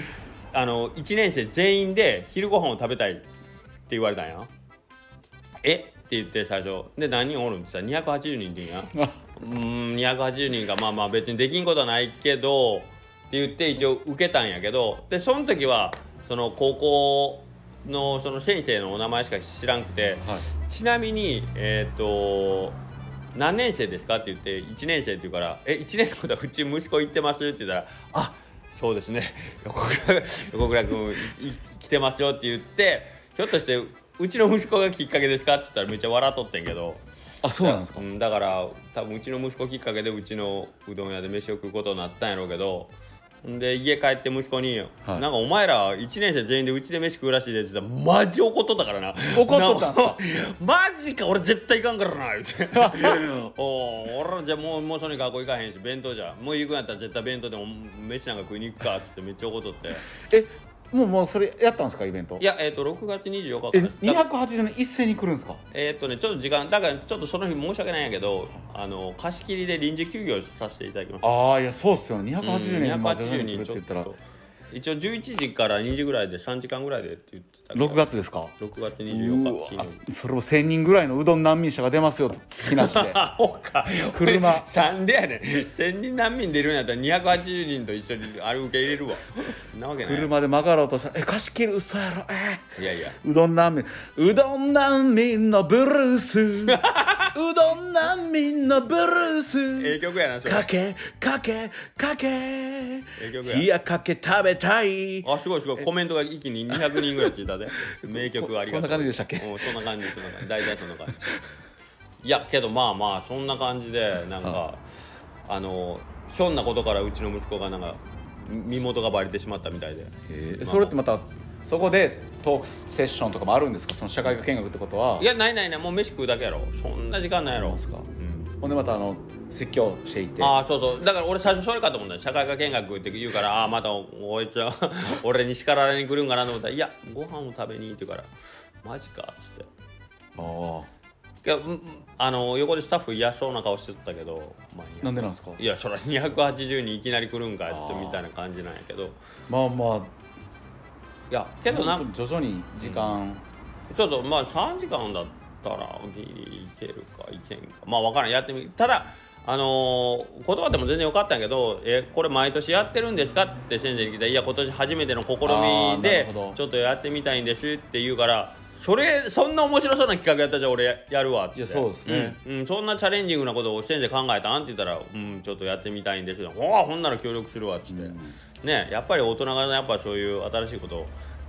A: あの1年生全員で昼ご飯を食べたいって言われたんや。えって言って最初で何人おるんですか280人って言うんや。
B: あ
A: うーん280人がまあまあ別にできんことはないけどって言って一応受けたんやけどでその時はその高校のその先生のお名前しか知らんくて
B: はい
A: ちなみにえっ、と何年生ですかって言って1年生って言うから「え1年のことはうち息子行ってます」って言ったら「あそうですね 横倉横倉君い来てますよ」って言ってひょっとして「うちの息子がきっかけですか?」って言ったらめっちゃ笑っとってんけど。
B: あそうなんですか
A: だから多分うちの息子きっかけでうちのうどん屋で飯を食うことになったんやろうけどんで家帰って息子に「
B: はい
A: なんかお前ら1年生全員でうちで飯食うらしいで」って言ったらマジ怒っとったからな
B: 怒っとったんす
A: な マジか俺絶対行かんからな」言 って「おう俺らじゃもうもうそれ学校行かへんし弁当じゃもう行くんやったら絶対弁当でも飯なんか食いに行くか」っつってめっちゃ怒っとって
B: えもうもうそれやったんですかイベント
A: いやえっ、と6月24日か
B: え
A: ら
B: 二百八十の一斉に来るんですか
A: えーっとねちょっと時間だからちょっとその日申し訳ないんやけどあの貸し切りで臨時休業させていただきました
B: ああいやそうっすよね280年まあ徐々
A: 280
B: に来るって
A: ちょ
B: 言
A: っ
B: ったら
A: と一応11時から2時ぐらいで3時間ぐらいでって言ってたけど
B: 6月ですか
A: 6月24日
B: うー
A: 金
B: わ
A: 曜日
B: それも1000人ぐらいのうどん難民者が出ますよって聞なし で
A: あほか
B: 車
A: 3でやね1000人難民出るんやったら280人と一緒にあれ受け入れるわそんなわけない
B: 車で曲がろうとしたら「え貸し切る嘘やろえー
A: いやいや
B: うどん難民うどん難民のブル ースうどん難民のブルー
A: ええ
B: ス
A: 曲やなそれ
B: かけかけかけ
A: え曲や
B: 冷やかけ食べたい
A: あすごいすごいコメントが一気に200人ぐらいついた で名曲ありがとう
B: こんな感じでしたっけ
A: うんそんな感じそんな感じ大体そんな感じいやけどまあまあそんな感じでなんか
B: は
A: あのひょんなことからうちの息子がなんか身元がバレてしまったみたいで
B: えーそれってまたそこでトークセッションとかもあるんですかその社会科見学ってことはい
A: やないないないもう飯食うだけやろそんな時間ないや
B: なん
A: ろ
B: ですか
A: うん
B: ほんでまたあの説教していって
A: ああそうそうだから俺最初それかと思った社会科見学って言うからああまたおおいつは 俺に叱られに来るんかなと思ったら「いやご飯を食べに」って言うから「マジか」っつって。
B: あー
A: いやうんあの横でスタッフ嫌そうな顔してたけど、まあ、いいや
B: なんでなんですか
A: いやそら280人いきなり来るんかってみたいな感じなんやけど
B: まあまあ
A: いやけどな
B: ほんと徐々に時間、
A: ちょっとまあ3時間だったらギリいけるかいけんかまあ分からんやってみただあのー言葉でも全然よかったんやけど「えこれ毎年やってるんですか?」って先生に聞いたら「いや今年初めての試
B: あー
A: み
B: なる
A: で
B: ほど
A: ちょっとやってみたいんです」って言うから「それそんな面白そうな企画やったじゃん俺ややるわ」っつって
B: いやそうですね
A: うんうんそんなチャレンジングなことを先生考えたん?」って言ったら「うんちょっとやってみたいんですよ」ほあほんなら協力するわ」っつって、ねやっぱり大人がやっぱそういう新しいことを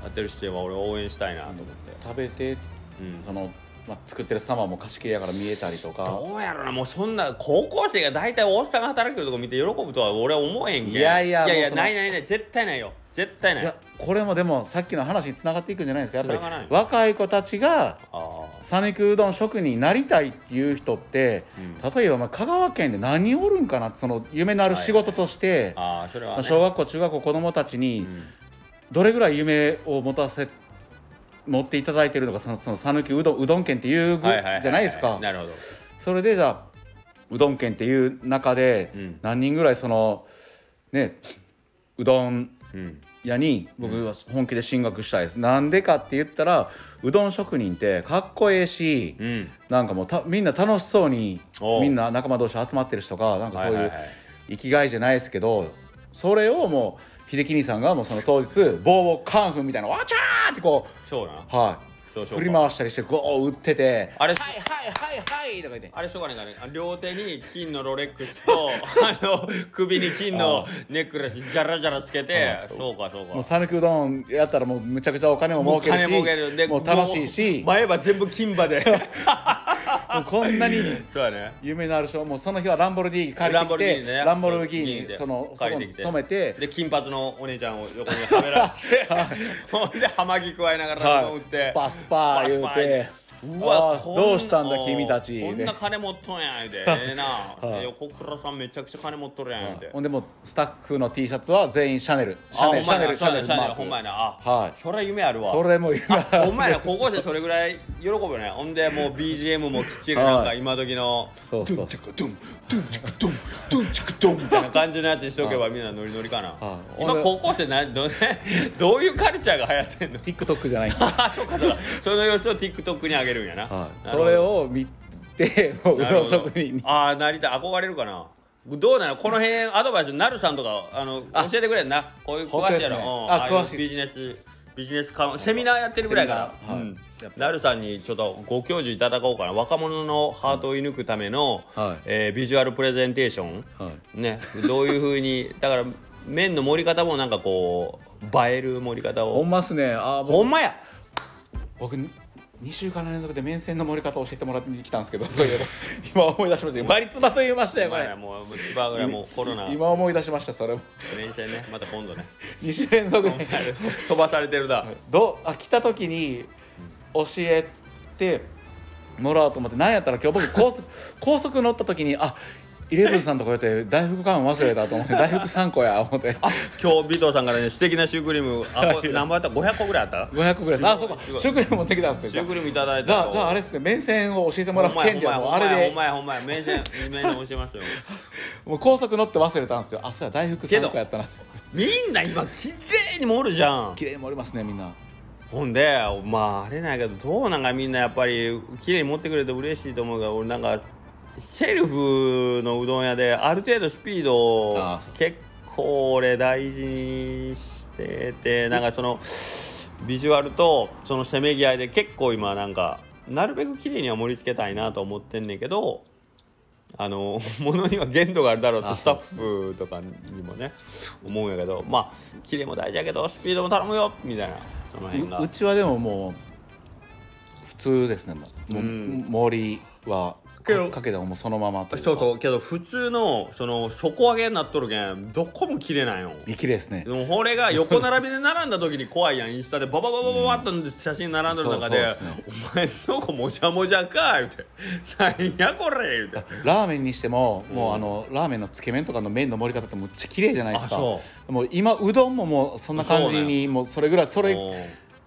A: やってる人は俺応援したいなと思って。
B: 食べて、
A: うん
B: その、まあ、作ってる様も貸し切りやから見えたりとか
A: どうやろなもうそんな高校生が大体大阪が働くとこ見て喜ぶとは俺は思えんけん
B: いやいや
A: いやい
B: もう
A: や
B: その
A: ないないない絶対ないよ絶対ない
B: いやこれもでもさっきの話につながっていくんじゃないですかやっ
A: つなが
B: ぱ
A: らな
B: り
A: い
B: 若い子たちが
A: あ
B: 讃岐うどん職人になりたいっていう人って、
A: う
B: 例えばまあ香川県で何人おるんかなその夢のある仕事として、
A: ああそれは、
B: まあ
A: ね、
B: 小学校中学校子どもたち
A: う
B: に
A: ん
B: どれぐらい夢を持たせ持っていただいてるのかそのその讃岐うどんうどん県っていうぐ
A: はいはは
B: じゃないですか
A: なるほど
B: それでじゃあうどん県っていう中で
A: うん
B: 何人ぐらいそのねうどん
A: うん
B: 屋に僕は本気で進学したいです、なんでかって言ったらうどん職人ってかっこええし、
A: うん
B: なんかもうたみんな楽しそうに
A: おう
B: みんな仲間同士集まってる人がなんか
A: はい
B: そう
A: いうはいはい
B: 生きがいじゃないですけどそれをもう秀樹兄さんがもうその当日棒をカンフンみたいなわちゃーってこ
A: そうな
B: うは
A: そう
B: い
A: そう
B: 振り回したりしてゴー打ってて
A: あれ
B: はいはいはいはいとか言って
A: あれしょうがないからね両手に金のロレックス とあの首に金のネックレスジャラジャラつけてそうかそうか
B: もう讃岐うどんやったらもうむちゃくちゃお金も儲けるし
A: もう金儲けるで
B: もう楽しいし
A: もう前歯全部金 歯で
B: もうこんなに
A: そうやね
B: 夢のある人もうその日はランボルギーニ借りてきてラ
A: ラ
B: ン
A: ン
B: ボ
A: ボ
B: ル
A: ルギ
B: ギー
A: ー
B: ニ
A: ニね
B: そのそこ
A: 借り
B: に
A: てきて
B: 止めて
A: で金髪のお姉ちゃんを横にはめらして ほんではまぎ加えながらうどん打っ
B: はい
A: て、
B: スパスパ言うて
A: うわ
B: あー
A: こん
B: どうしたんだ君たち
A: こん
B: で
A: な金持っとんや 言うてええな
B: はい
A: で横倉さんめちゃくちゃ金持っとるやん言うて
B: ほんでもうスタッフの T シャツは全員シャネルシャネルシャネルシャネル
A: シャネル
B: マ
A: ほんまや
B: ーク
A: なあ
B: はい
A: それ夢あるわ
B: それも今
A: あほんまやな高校生それぐらい喜ぶよねほんでもう BGM もきっちりなん
B: は
A: か
B: い
A: 今時の
B: そうそう
C: チャカドンドンチャカドンドンチャカドン
A: みたいな感じのやつにしておけばみんなノリノリかな
B: はい
A: 今
B: 俺
A: 高校生など,、ね、どう いうカルチャーが流行ってんの
B: TikTok じゃないんです
A: あそうかそうかその様子を TikTok に上げるんやな、
B: はい
A: なる
B: そ
A: ほど
B: れを見てもうう
A: なる
B: ど
A: ほ
B: ん
A: ど
B: 職人に
A: ああなりたい憧れるかなどうなのこの辺アドバイスなるさんとかあの
B: あ
A: 教えてくれんなこういう詳しいやろ、う
B: 本当ですね
A: ん
B: あ
A: ああ
B: 詳しい
A: いう
B: です
A: ビジネスビジネスかセミナーやってるぐらいか
B: セ
A: ら、
B: ミナーはい
A: うん
B: やっぱ
A: なるさんにちょっとご教授いただこうかな若者のハートを射抜くための、
B: はい
A: えービジュアルプレゼンテーション、
B: は
A: ねどういうふうにだから麺の盛り方もなんかこう映える盛り方
B: ほ
A: を
B: んまっすねあー僕
A: ほんまや
B: 僕2週間連続で面線の盛り方を教えてもらってきたんですけど 今思い出しましたバリツバと言いましたよ
A: お
B: こ
A: 前
B: れ
A: らもう一番ぐらいもうコロナ
B: 今思い出しましたそれも
A: 連戦ねまた今 度ね
B: 2週連 続で
A: 飛ばされてるだ
B: どうあ来た時に教えてもらおうと思って何やったら今日僕 高速高速乗った時にあイレブンさんとこ寄って大福缶忘れたと思って大福3個や思って
A: あ 今日尾藤さんからね素敵なシュークリームあこれ何倍あった500個ぐらいあった
B: 500個ぐらいですあそうか
A: すごい
B: シュークリーム持ってきたんですね
A: シ
B: じ
A: ュ
B: ゃ
A: ークリームいただいた
B: あじゃああれですね面線を教えてもらう
A: ほんまや
B: 権利はもう
A: ほ
B: あ
A: んま
B: れ
A: や
B: で
A: ほんまやほんまや名前名前教えましたよ
B: もう高速乗って忘れたんですよあそうや大福3個やったな
A: みんな今綺麗に盛るじゃん
B: 綺麗に盛りますねみんな
A: ほんでまああれなんやけどどうなんかみんなやっぱり綺麗に持ってくれて嬉しいと思うが俺なんかセルフのうどん屋である程度スピードを
B: あーそう
A: 結構俺大事にしててなんかそのビジュアルとそのせめぎ合いで結構今なんかなるべく綺麗には盛り付けたいなと思ってんねんけどあの ものには限度があるだろうと
B: あ
A: スタッフとかにもね思うんやけどまあ綺麗も大事やけどスピードも頼むよみたいなその辺が
B: ううちはでももう普通ですねもうもう、
A: うん
B: 森は
A: け
B: か
A: ど
B: かけてももうそのままというか
A: そうそうけど普通のその底上げになっとるけんどこも切れないよ
B: 見切れですね
A: でもこれが横並びで並んだ時に怖いやんインスタでババババババッと写真並んでる中で
B: うんそうそう
A: 「お前の子もじゃもじゃか」言うて「なんやこれ」言うて
B: ラーメンにしても、もうあのラーメンのつけ麺とかの麺の盛り方ってむっちゃ綺麗じゃないですか
A: あそ
B: もう今うどんももうそんな感じ
A: そう
B: にもうそれぐらいそれ
A: もう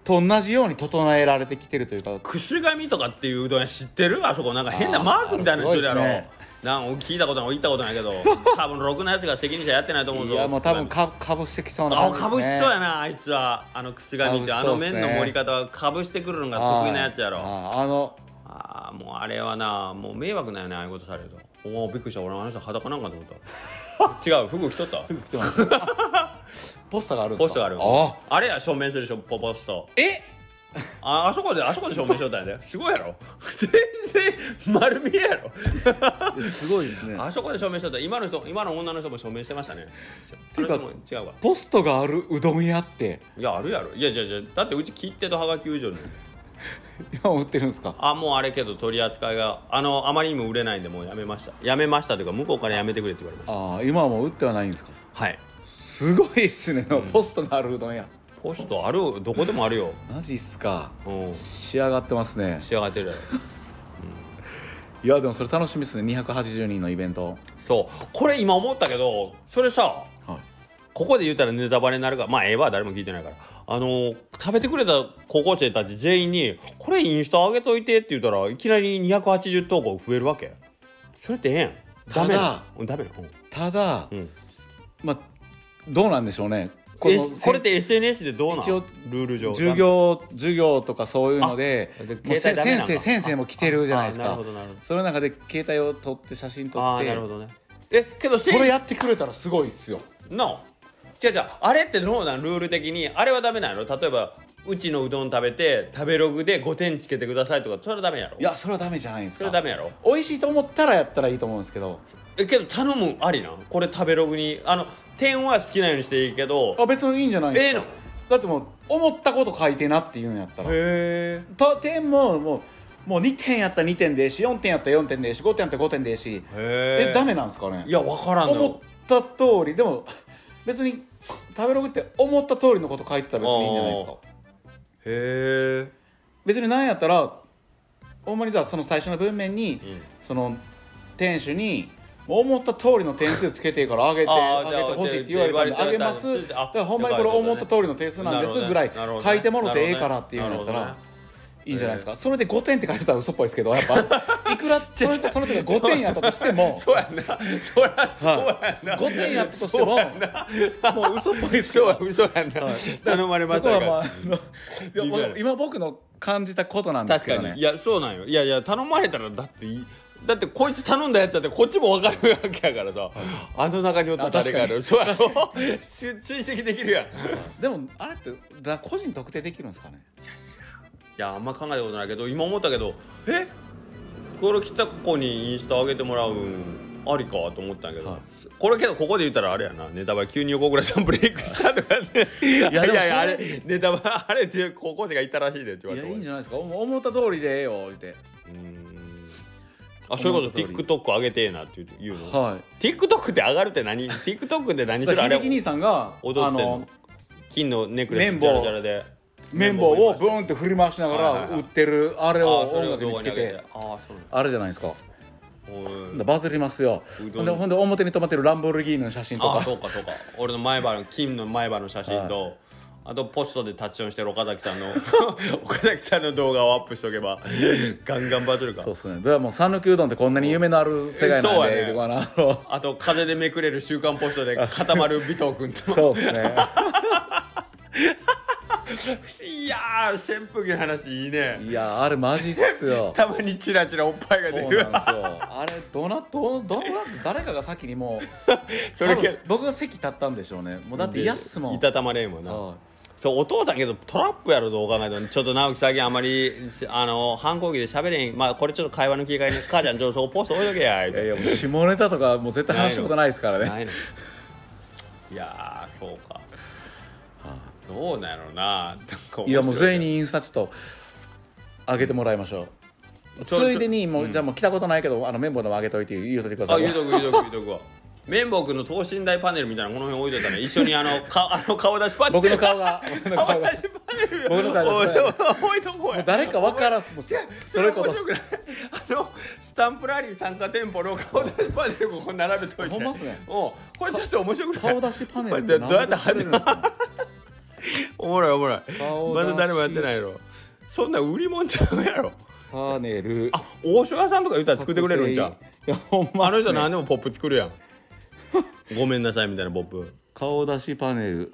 B: と同じように整えられてきてるというか
A: 串紙とかっていううどん屋知ってるあそこなんか変なマークみたいなのするやろ
B: あーあれすごいっ
A: なん聞いたことない聞いた ことないけど多分ろくなやつが責任者やってないと思う
B: い
A: ぞ
B: やもう多分かかぶしてきそうな
A: あ
B: 感じです、
A: か
B: ね、
A: ぶしそうやなあいつはあの串紙ってあ
B: か
A: の
B: ぶしそうっすね
A: 麺の盛り方はかぶしてくるのが
B: はい
A: 得意なやつやろ
B: あーあの
A: ああもうあれはなもう迷惑なんやねああいうことされるとおおびっくりした俺あの人裸なんかと思った 違う服着とった
B: 来てますあポスターがあるんで
A: ポス
B: すか
A: トがある
B: あ
A: あれや証明するでしょポポスト
B: え
A: ああそこであそこで証明しとったん やですごいやろ全然丸見えやろ
B: すごいですね
A: あそこで証明しとった今の人今の女の人も証明してましたね
B: ていうか
A: あの人も違うわ
B: ポストがあるうどん屋って
A: いやあるやろいやいやいやだってうち切手とはがき以上に
B: 今売ってるんですか
A: あもうあれけど取り扱いがあのあまりにも売れないんでもうやめましたやめましたというか向こうからやめてくれって言われまし
B: ああ今はもう売ってはないんですか
A: たはい
B: すごいっすね、ポストがあるうどん屋
A: ポストあるどこでもあるよ、
B: マジっすか
A: うん、
B: 仕上がってますね
A: 仕上がってる
B: いやでもそれ楽しみですね280人のイベント
A: そうこれ今思ったけどそれさ
B: はい
A: ここで言うたらネタバレになるからまあええわ誰も聞いてないからあのー食べてくれた高校生たち全員に「これインスタ上げといて」って言ったらいきなり280投稿増えるわけそれってええやんダメなうんダメなうん
B: ただ、
A: うん
B: まあどうなんでしょうね
A: これ
B: の
A: これって SNS でどうなん
B: 一応
A: ルール上
B: 授業授業とかそういうので
A: あで
B: もうせ
A: 携帯ダメな
B: 先
A: んか
B: 生先生も来てるじゃないです
A: あなる
B: か
A: ほどなるほど
B: その中で携帯を撮って写真撮
A: あ
B: っ
A: あなるほ
B: て
A: どねえけどせ
B: それやってくれたらすごいっすよ
A: の違う違うあれってどうなんルール的にあれはダメなの例えばうちのうどん食べて食べログで5点つけてくださいとかそれはダメやろ
B: いやそれはダメじゃないです
A: それ
B: か
A: はダメやろ
B: 美味しいと思ったらやったらいいと思うんですけど
A: えけど頼むありなんこれ食べログにあの点は好きなようにしていいけど
B: あ別にいいんじゃないですか
A: ええの
B: だってもう思ったこと書いてなって言うんやったら
A: へえ
B: と点ももうもう2点やったら2点でええし4点やったら4点でええし5点やったら5点でええし
A: へ
B: えダメなんですかね
A: いやわからんの
B: 思った通りでも別に食べログって思った通りのこと書いてたら別にいいんじゃないですか
A: へえ
B: 別に何やったらほんまにじゃあその最初の文面に、
A: うん
B: その店主に思った通りの点数つけていいから上げて
A: あ
B: 上
A: ー
B: げてほしいって言われたんで
A: じゃあ
B: 上げます
A: じ
B: だ
A: ゃあ
B: からほんまにこれ思った通りの点数なんですぐらい
A: なるほどね
B: 書いてもろてええからっていうのやっ
A: な
B: た
A: るほ
B: ら
A: どね
B: いいんじゃないですかそれで5点って書いてたら嘘っぽいですけどや っぱいくらそれその時が5点やったとしても
A: そうやんなそりゃそう
B: は
A: や
B: い
A: んな
B: 5点やったとしてももう嘘っぽいですけ
A: そう
B: ど
A: や嘘や んな頼まれました
B: そ
A: か
B: こはまあ
A: ら
B: あのいや
A: いいね
B: 僕今僕の感じたことなんです
A: 確
B: け
A: か
B: ど
A: にい
B: ね
A: やそうなんよいやいや頼まれたらだっていいだってこいつ頼んだやつだってこっちも分かるわけやからさあの中におったら誰かやる
B: あ
A: そうやろ 追追跡できるやんい
B: でもあれってだ個人特定できるんですかね
A: やあんま考えたことないけど今思ったけどえこれ来た子にインスタ上げてもらうんありかと思ったんやけど、
B: はい
A: これけどここで言ったらあれやなネタバレ急に横倉さんブレイクしたとかねいやい
B: でも
A: や
B: そ
A: い
B: れ
A: やあれネタバ レあれって高校生が言ったらしいでって
B: い
A: 言われ
B: や
A: て
B: いいんじゃないですか思思った通りでええよ言って
A: うーんあそういうこと TikTok 上げてえなって言うの、
B: は
A: TikTok って上がるって何 ?TikTok で何
B: い
A: す
B: だ
A: る
B: か
A: あ
B: ら
A: れ
B: 秀樹兄さんがあ
A: 踊ってんの
B: の
A: 金のネックレス
B: 綿
A: ジ
B: 棒
A: ャラジャラで
B: 綿棒をブーンって振り回しなが
A: はいは
B: ら
A: いはい
B: 売ってるあれ
A: あ
B: を
A: ーそ
B: 音
A: れを
B: 楽に
A: 動
B: つ
A: 画に
B: け
A: 上げて
B: て
A: ああそう
B: あるじゃないですか
A: なんだおい
B: バズりますよ
A: うど
B: ほ
A: ん
B: んでほんで表に止まってるランボルギーニの写真と
A: あー
B: か
A: そうかそうか俺の前歯の金の前歯の写真と、あとポストでタッチオンしてる岡崎さんの 岡崎さんの動画をアップしとけばガンガンバズるか
B: そうですねだからもう讃岐うどんってこんなに夢のある世界
A: そ
B: なん
A: うやね
B: で言うてこうかなあ の
A: あと風でめくれる「週刊ポスト」で固まる尾藤君と
B: そうですね
A: いやー扇風機の話いいね
B: いやあれマジっすよ
A: たまにチラチラおっぱいが
B: そう
A: 出
B: なんです
A: る
B: よ。あれどなどどな誰かが先にもう
A: それ
B: 多分僕が席立ったんでしょうね。もうだってやっすもん。
A: いたたまれんもんな
B: は
A: そうお父さんけどトラップやろどう考えてもちょっと直樹最近あんまりしあの反抗期で喋れんまあこれちょっと会話の切り替えに母ちゃんちょっとそこポスト置いとけや言う
B: いいや
A: て
B: いやもう下ネタとかもう絶対話したことないですからね。
A: ないのいやーそうかどうなんやろうななんか面白
B: いやもう全員にインスタちょっと上げてもらいましょう。
A: ちょ
B: ついでにもう、じゃあもう来たことないけどあの綿棒でも上げといて言うといてくださ
A: あ
B: い。
A: 言うとく言うとく言うとくわ綿棒君の等身大パネルみたいなのこの辺置いといたら一緒にあのかあの顔出しパネル
B: 僕の顔が僕の顔
A: 顔出
B: が
A: しパネル
B: 僕の顔出しパネル
A: 置いとこうや
B: 誰かわからんすもう
A: そ
B: そ
A: れ
B: れこ
A: 面
B: そ
A: 白くないあのスタンプラリー参加店舗の顔出しパネルここ並べといて
B: ほんまっすね
A: おこれちょっと面白くない
B: 顔出しパネル
A: これ
B: って
A: どうや
B: 何
A: って貼って
B: で作れるんですか
A: おもろいおもろい
B: 顔
A: ま
B: 出し
A: だ誰もやってないやろそんな売り物ちゃうやろ
B: パネル
A: あ王将屋さんとか言ったら作ってくれるんじゃん
B: いやほんま
A: あ
B: っすね
A: の人何でもポップ作るやん ごめんなさいみたいなポップ
B: 顔出しパネル、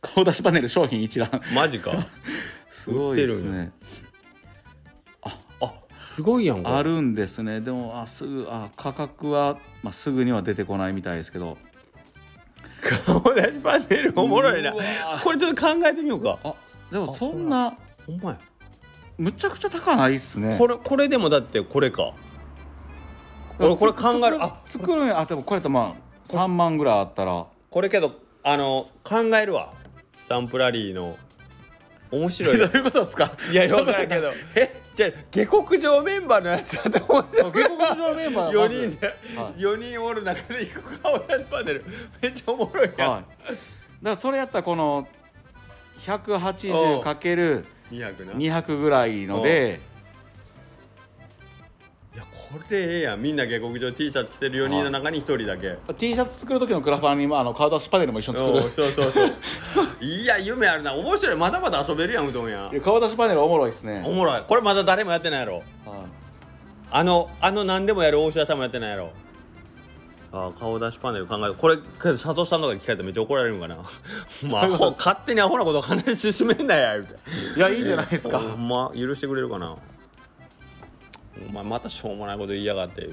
B: 顔出しパネル商品一覧
A: マジか
B: すごいです
A: 売
B: ね
A: あすごいやんこれ
B: あるんですねでもあすぐあ価格は、まあ、すぐには出てこないみたいですけど
A: 顔出しパネルおもろいな
B: うわ
A: これちょっと考えてみようか
B: あでもそんな
A: ほんまや
B: むちゃくちゃ高ないっすね
A: これこれでもだってこれか俺これ考えるあ
B: あ作る作るんやあでもこれとまあ3万ぐらいあったら
A: これけどあの考えるわスタンプラリーの面白いな
B: いうことですか
A: いや分からんけどえじゃあ下克上メンバーのやつだと思うじゃん
B: 下克上メンバーがまず
A: 4人で、
B: はい
A: 四人おる中で一個顔出しパネルめっちゃおもろいやん、
B: はい、だからそれやったらこの180かける
A: 200ない
B: 200ぐらいので
A: やこれええやんみんな下克上 T シャツ着てる4人の中に1人だけ
B: T シャツ作る時のクラファンにもあの顔出しパネルも一緒に作
A: おう
B: る
A: そうそうそういや夢あるな面白いまだまだ遊べるやんうどんや
B: いや顔出しパネルおもろいですね
A: おもろいこれまだ誰もやってないやろ
B: は
A: あのあの何でもやる大石さんもやってないやろあー顔出しパネル考えるこれけど佐藤さんとかに聞かれたらめっちゃ怒られるん かなまあ勝手にアホなこと話進めんなやみたいない
B: いやいいんじゃないですか
A: ほんま許してくれるかなお前またしょうもないこと言いやがって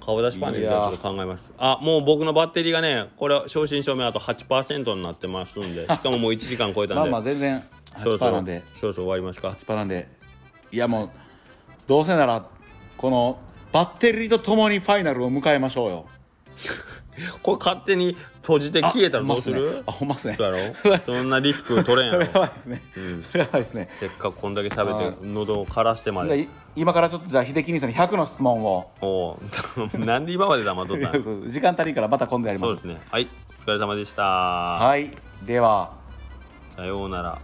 A: 顔出しパネルでちょっと考えますあもう僕のバッテリーがねこれ正真正銘あと8%になってますんでしかももう1時間超えたんで
B: まあまあ全然
A: そろ
B: 8
A: そ
B: パー
A: ろ
B: なんで
A: そろそろ終わりますか
B: 8パーなんでいやもうどうせならこのバッテリーとともにファイナルを迎えましょうよ
A: これ勝手に閉じて消えたらどうする
B: あほんまっすねあほんまっすね
A: そうやろそんなリスク取れん
B: そ
A: や
B: れや
A: ろ
B: ばいですね、それやばいですね
A: せっかくこんだけ喋っ
B: は
A: て喉を枯らしてま
B: じゃあ
A: で
B: い今からちょっとじゃあ秀樹兄さんに100の質問を
A: おう なんで今まで黙っとったん
B: そう時間足りんからまた今度やりま
A: そう
B: す
A: ですねはいお疲れ様でした
B: はいでは
A: さようなら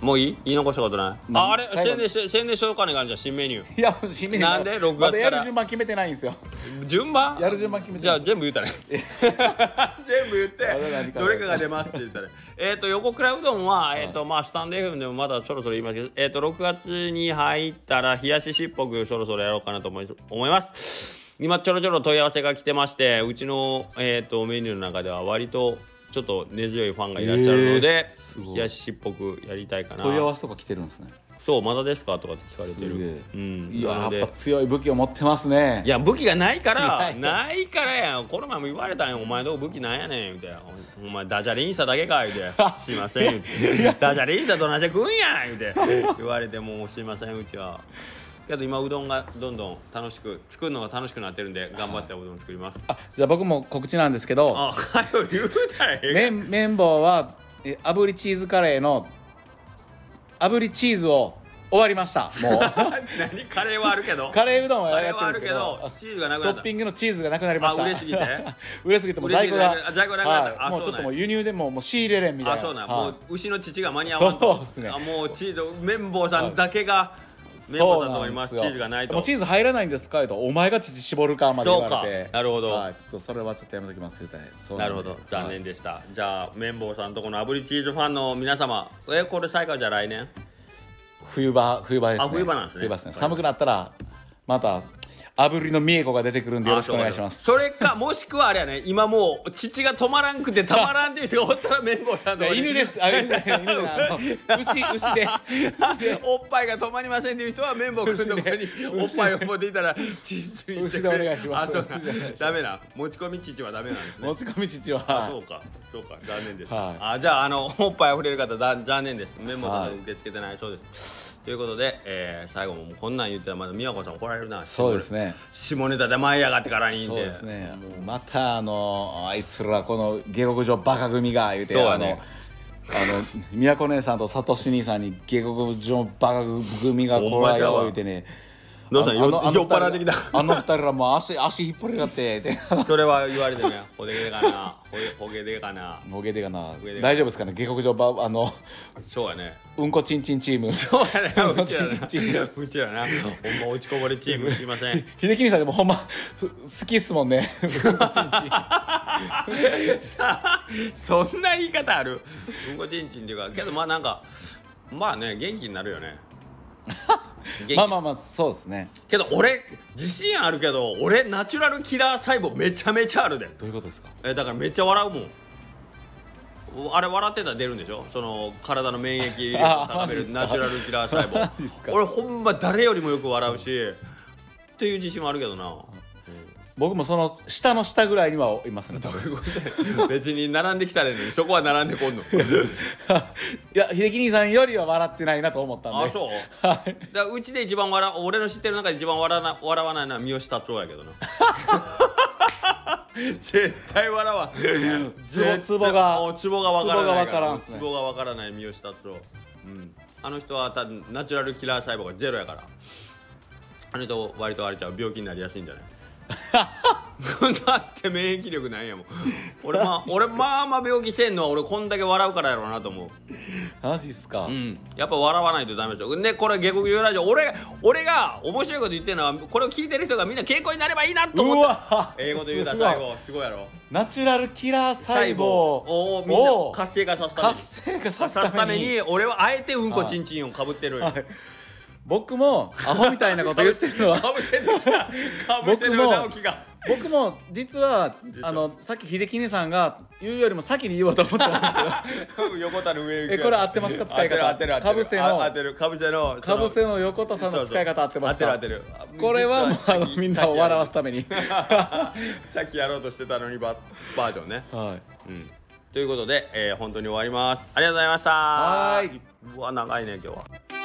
A: もういい言い残したことないああれ
B: 最後
A: 宣伝し宣伝しようかね感じゃ新メニュ
B: いやもう締めに
A: なんで6
B: まだ
A: 月
B: や
A: から
B: る順番決めてないんですよ
A: ー順番
B: やる順番決めて
A: じゃ
B: な
A: あ
B: いんです
A: 全
B: よ
A: 部言うたね 全部言ってどれかが出ますって言ったねえっと横倉うどんはえっとまあスタンド FM でもまだそろそろ言いますけどえっと6月に入ったら冷やししっぽくそろそろやろうかなと思い思います今ちょろちょろ問い合わせが来てましてうちのえっとメニューの中では割とちょっと根強いファンがいらっしゃるので、
B: えーすごい
A: 冷やししっぽくやりたいかな
B: 問い合わせとか来てるんですね
A: そうまだですかとかって聞かれて
B: すげ
A: る
B: え、
A: うん、
B: いや
A: なので
B: やっぱ強い武器を持ってますね
A: いや武器がないから
B: ない
A: ないからやんこの前も言われたんよお前どう武器なんやねんみたいなおお前ダジャレインサだけか言う てすいません言うてダジャレインサどなしてくんやん言うて言われてもうすいませんうちはけど今うどんがどんどん楽しく作るのが楽しくなってるんで頑張ってうどん作ります
B: あじゃあ僕も告知なんですけど
A: あはよ言うたらええ
B: 麺綿棒はえ炙りチーズカレーの炙りチーズを終わりました もう
A: 何カレーはあるけど
B: カレーうどんは
A: カレ
B: や
A: ー
B: って
A: は
B: る
A: あ
B: んで
A: る
B: す
A: け
B: けど
A: どチーズがなく
B: ト
A: なっ
B: ッ
A: た
B: ピングのチーズがなくなりました
A: あ売れす ぎて
B: 売れすぎてもう在庫が
A: 売れすぎて在庫なくなったあ
B: はい、もう
A: そう
B: ち
A: なんや
B: ょっともう輸入でももう仕入れれんみたい
A: あ
B: な
A: そうなん、
B: はい
A: もう牛の乳が間に合わんと
B: そうっすね
A: あもうチーズ綿棒さんだけが綿棒
B: そ
A: さんとか
B: うないんで
A: ます
B: す
A: チ
B: よ
A: ーズがない
B: も
A: と
B: うチーズ入らないんですかとお前が乳絞るかまで言われ
A: そう
B: て
A: かなるほど
B: はい、ちょっとそれはちょっとやめときますみたいなそう
A: なんる
B: で
A: ほど残
B: はい
A: 念でした、じゃあ綿棒さんとこの炙りチーズファンの皆様えこれ最下位じゃあ来年
B: 冬場冬場ですね
A: あ冬場なんですね
B: 冬場寒くなったらまた炙りの美恵子が出てくるんでよろしくお願いしま
A: あ
B: す
A: そうかそれかもしくはあれやね今もう乳が止まらんくてたまらんっていう人がおったら綿棒さん
B: い
A: と
B: や
A: こに
B: 犬ですあ犬じゃない犬じゃないあの牛牛で
A: おっぱいが止まりませんっていう人は綿棒くんのとこにおっぱいを持っていたらチーズにしてくれ
B: 牛でお願いします
A: あそうかダメな持ち込み乳はダメなんですね
B: 持ち込み父は
A: あそうかそうか残念でした、
B: はい
A: あじゃああのおっぱい溢れる方だ残念ですメモさん受け付けてないそうですということで、えー最後ももうこんなん言ったらまだ美和子さん怒られるな
B: そうですね
A: 下ネタで舞い上がってからにいいん
B: そう
A: で
B: ですねまたあのあいつらこの下克上バカ組が言うて
A: そう
B: あ
A: や
B: の
A: ね
B: あの宮古姉さんとサトシ兄さんに下克上バカ組が
A: ほん
B: こ
A: ま
B: ら
A: ちゃう
B: よ
A: わ
B: 言うてね
A: どうした
B: あ
A: よ
B: のあの
A: 酔っ払ってきた
B: あの二人らもう足足引っ張りやがってって
A: それは言われてねほげでかなほげほげでかな
B: もうゲでかな
A: ゲでかな
B: 大丈夫ですかね下克上ばあの
A: そうやね
B: うんこちんちんチーム
A: そうやね うちらな
B: チー
A: うちらなほんま落ちこぼれチ ームすいません
B: 秀樹兄さんでもほんまふ好きっすもんね
A: そんな言い方あるうんこちんちんっていうかけどまあなんかまあね元気になるよ ね元気
B: まあまあまあそうですね
A: けど俺自信あるけど俺ナチュラルキラー細胞めちゃめちゃあるで
B: どういうことですか
A: えだからめっちゃ笑うもんおあれ笑ってたら出るんでしょその体の免疫力を高め
B: あマジっ
A: る
B: すか
A: ナチュラルキラー細
B: マジっす
A: 胞
B: か
A: 俺ほんま誰よりもよく笑うしっていう自信もあるけ どな
B: 僕もその下の下ぐらいにはいますね多分
A: 別に並んできたらいいのにそこは並んでこんの
B: いや秀樹兄さんよりは笑ってないなと思ったんで
A: あそう
B: はい
A: だからうちで一番笑俺の知ってる中で一番笑わな笑わないのは三好達夫やけどな 絶対笑わん
B: ツボ
A: 絶対
B: ツボが
A: おツボがわからない
B: ツボがわからんっすね
A: ツボがわからない三好達夫、うん、あの人はたナチュラルキラー細胞 がゼロやからあの人割とあれちゃう病気になりやすいんじゃないだって免疫力 ないやもん俺まあ俺まあまあ病気してんのは俺こんだけ笑うからやろうなと思う
B: マジっすか、
A: うん、やっぱ笑わないとダメでしょねこれ「下克上ラジオ」俺俺が面白いこと言ってるのはこれを聞いてる人がみんな健康になればいいなと
B: う
A: 思った
B: わ
A: 英語で言うたら
B: すごい
A: 最後すごいやろ
B: ナチュラルキラー細胞
A: をみんな
B: を
A: 活性化させために
B: 活性化
A: さ
B: させ
A: せた
B: ため
A: め
B: に
A: に俺はあえてうんこちんちんをかぶってるんよ
B: はい僕もアホみたいなこと言ってるのは
A: かぶせてきたかぶせる
B: 僕も
A: 直樹 が
B: 僕も実はあのさっき秀樹兄さんが言うよりも先に言おうと思ったんですけ ど
A: 横田の上行く
B: えこれ合ってますか使い
A: 当て
B: 方
A: る当てる
B: かぶせの
A: あ当てるかぶせのそ
B: か
A: の
B: ぶせの横田さんの使い方合ってますか
A: 当てる当てる
B: これはもうあ
A: 実は
B: の
A: 先
B: みんなを笑わすために
A: さっきやろうとしてたのにババージョンね。
B: はい
A: うん、ということで、えー本当に終わります。ありがとうございました。
B: はーいう
A: わ長いね今日は。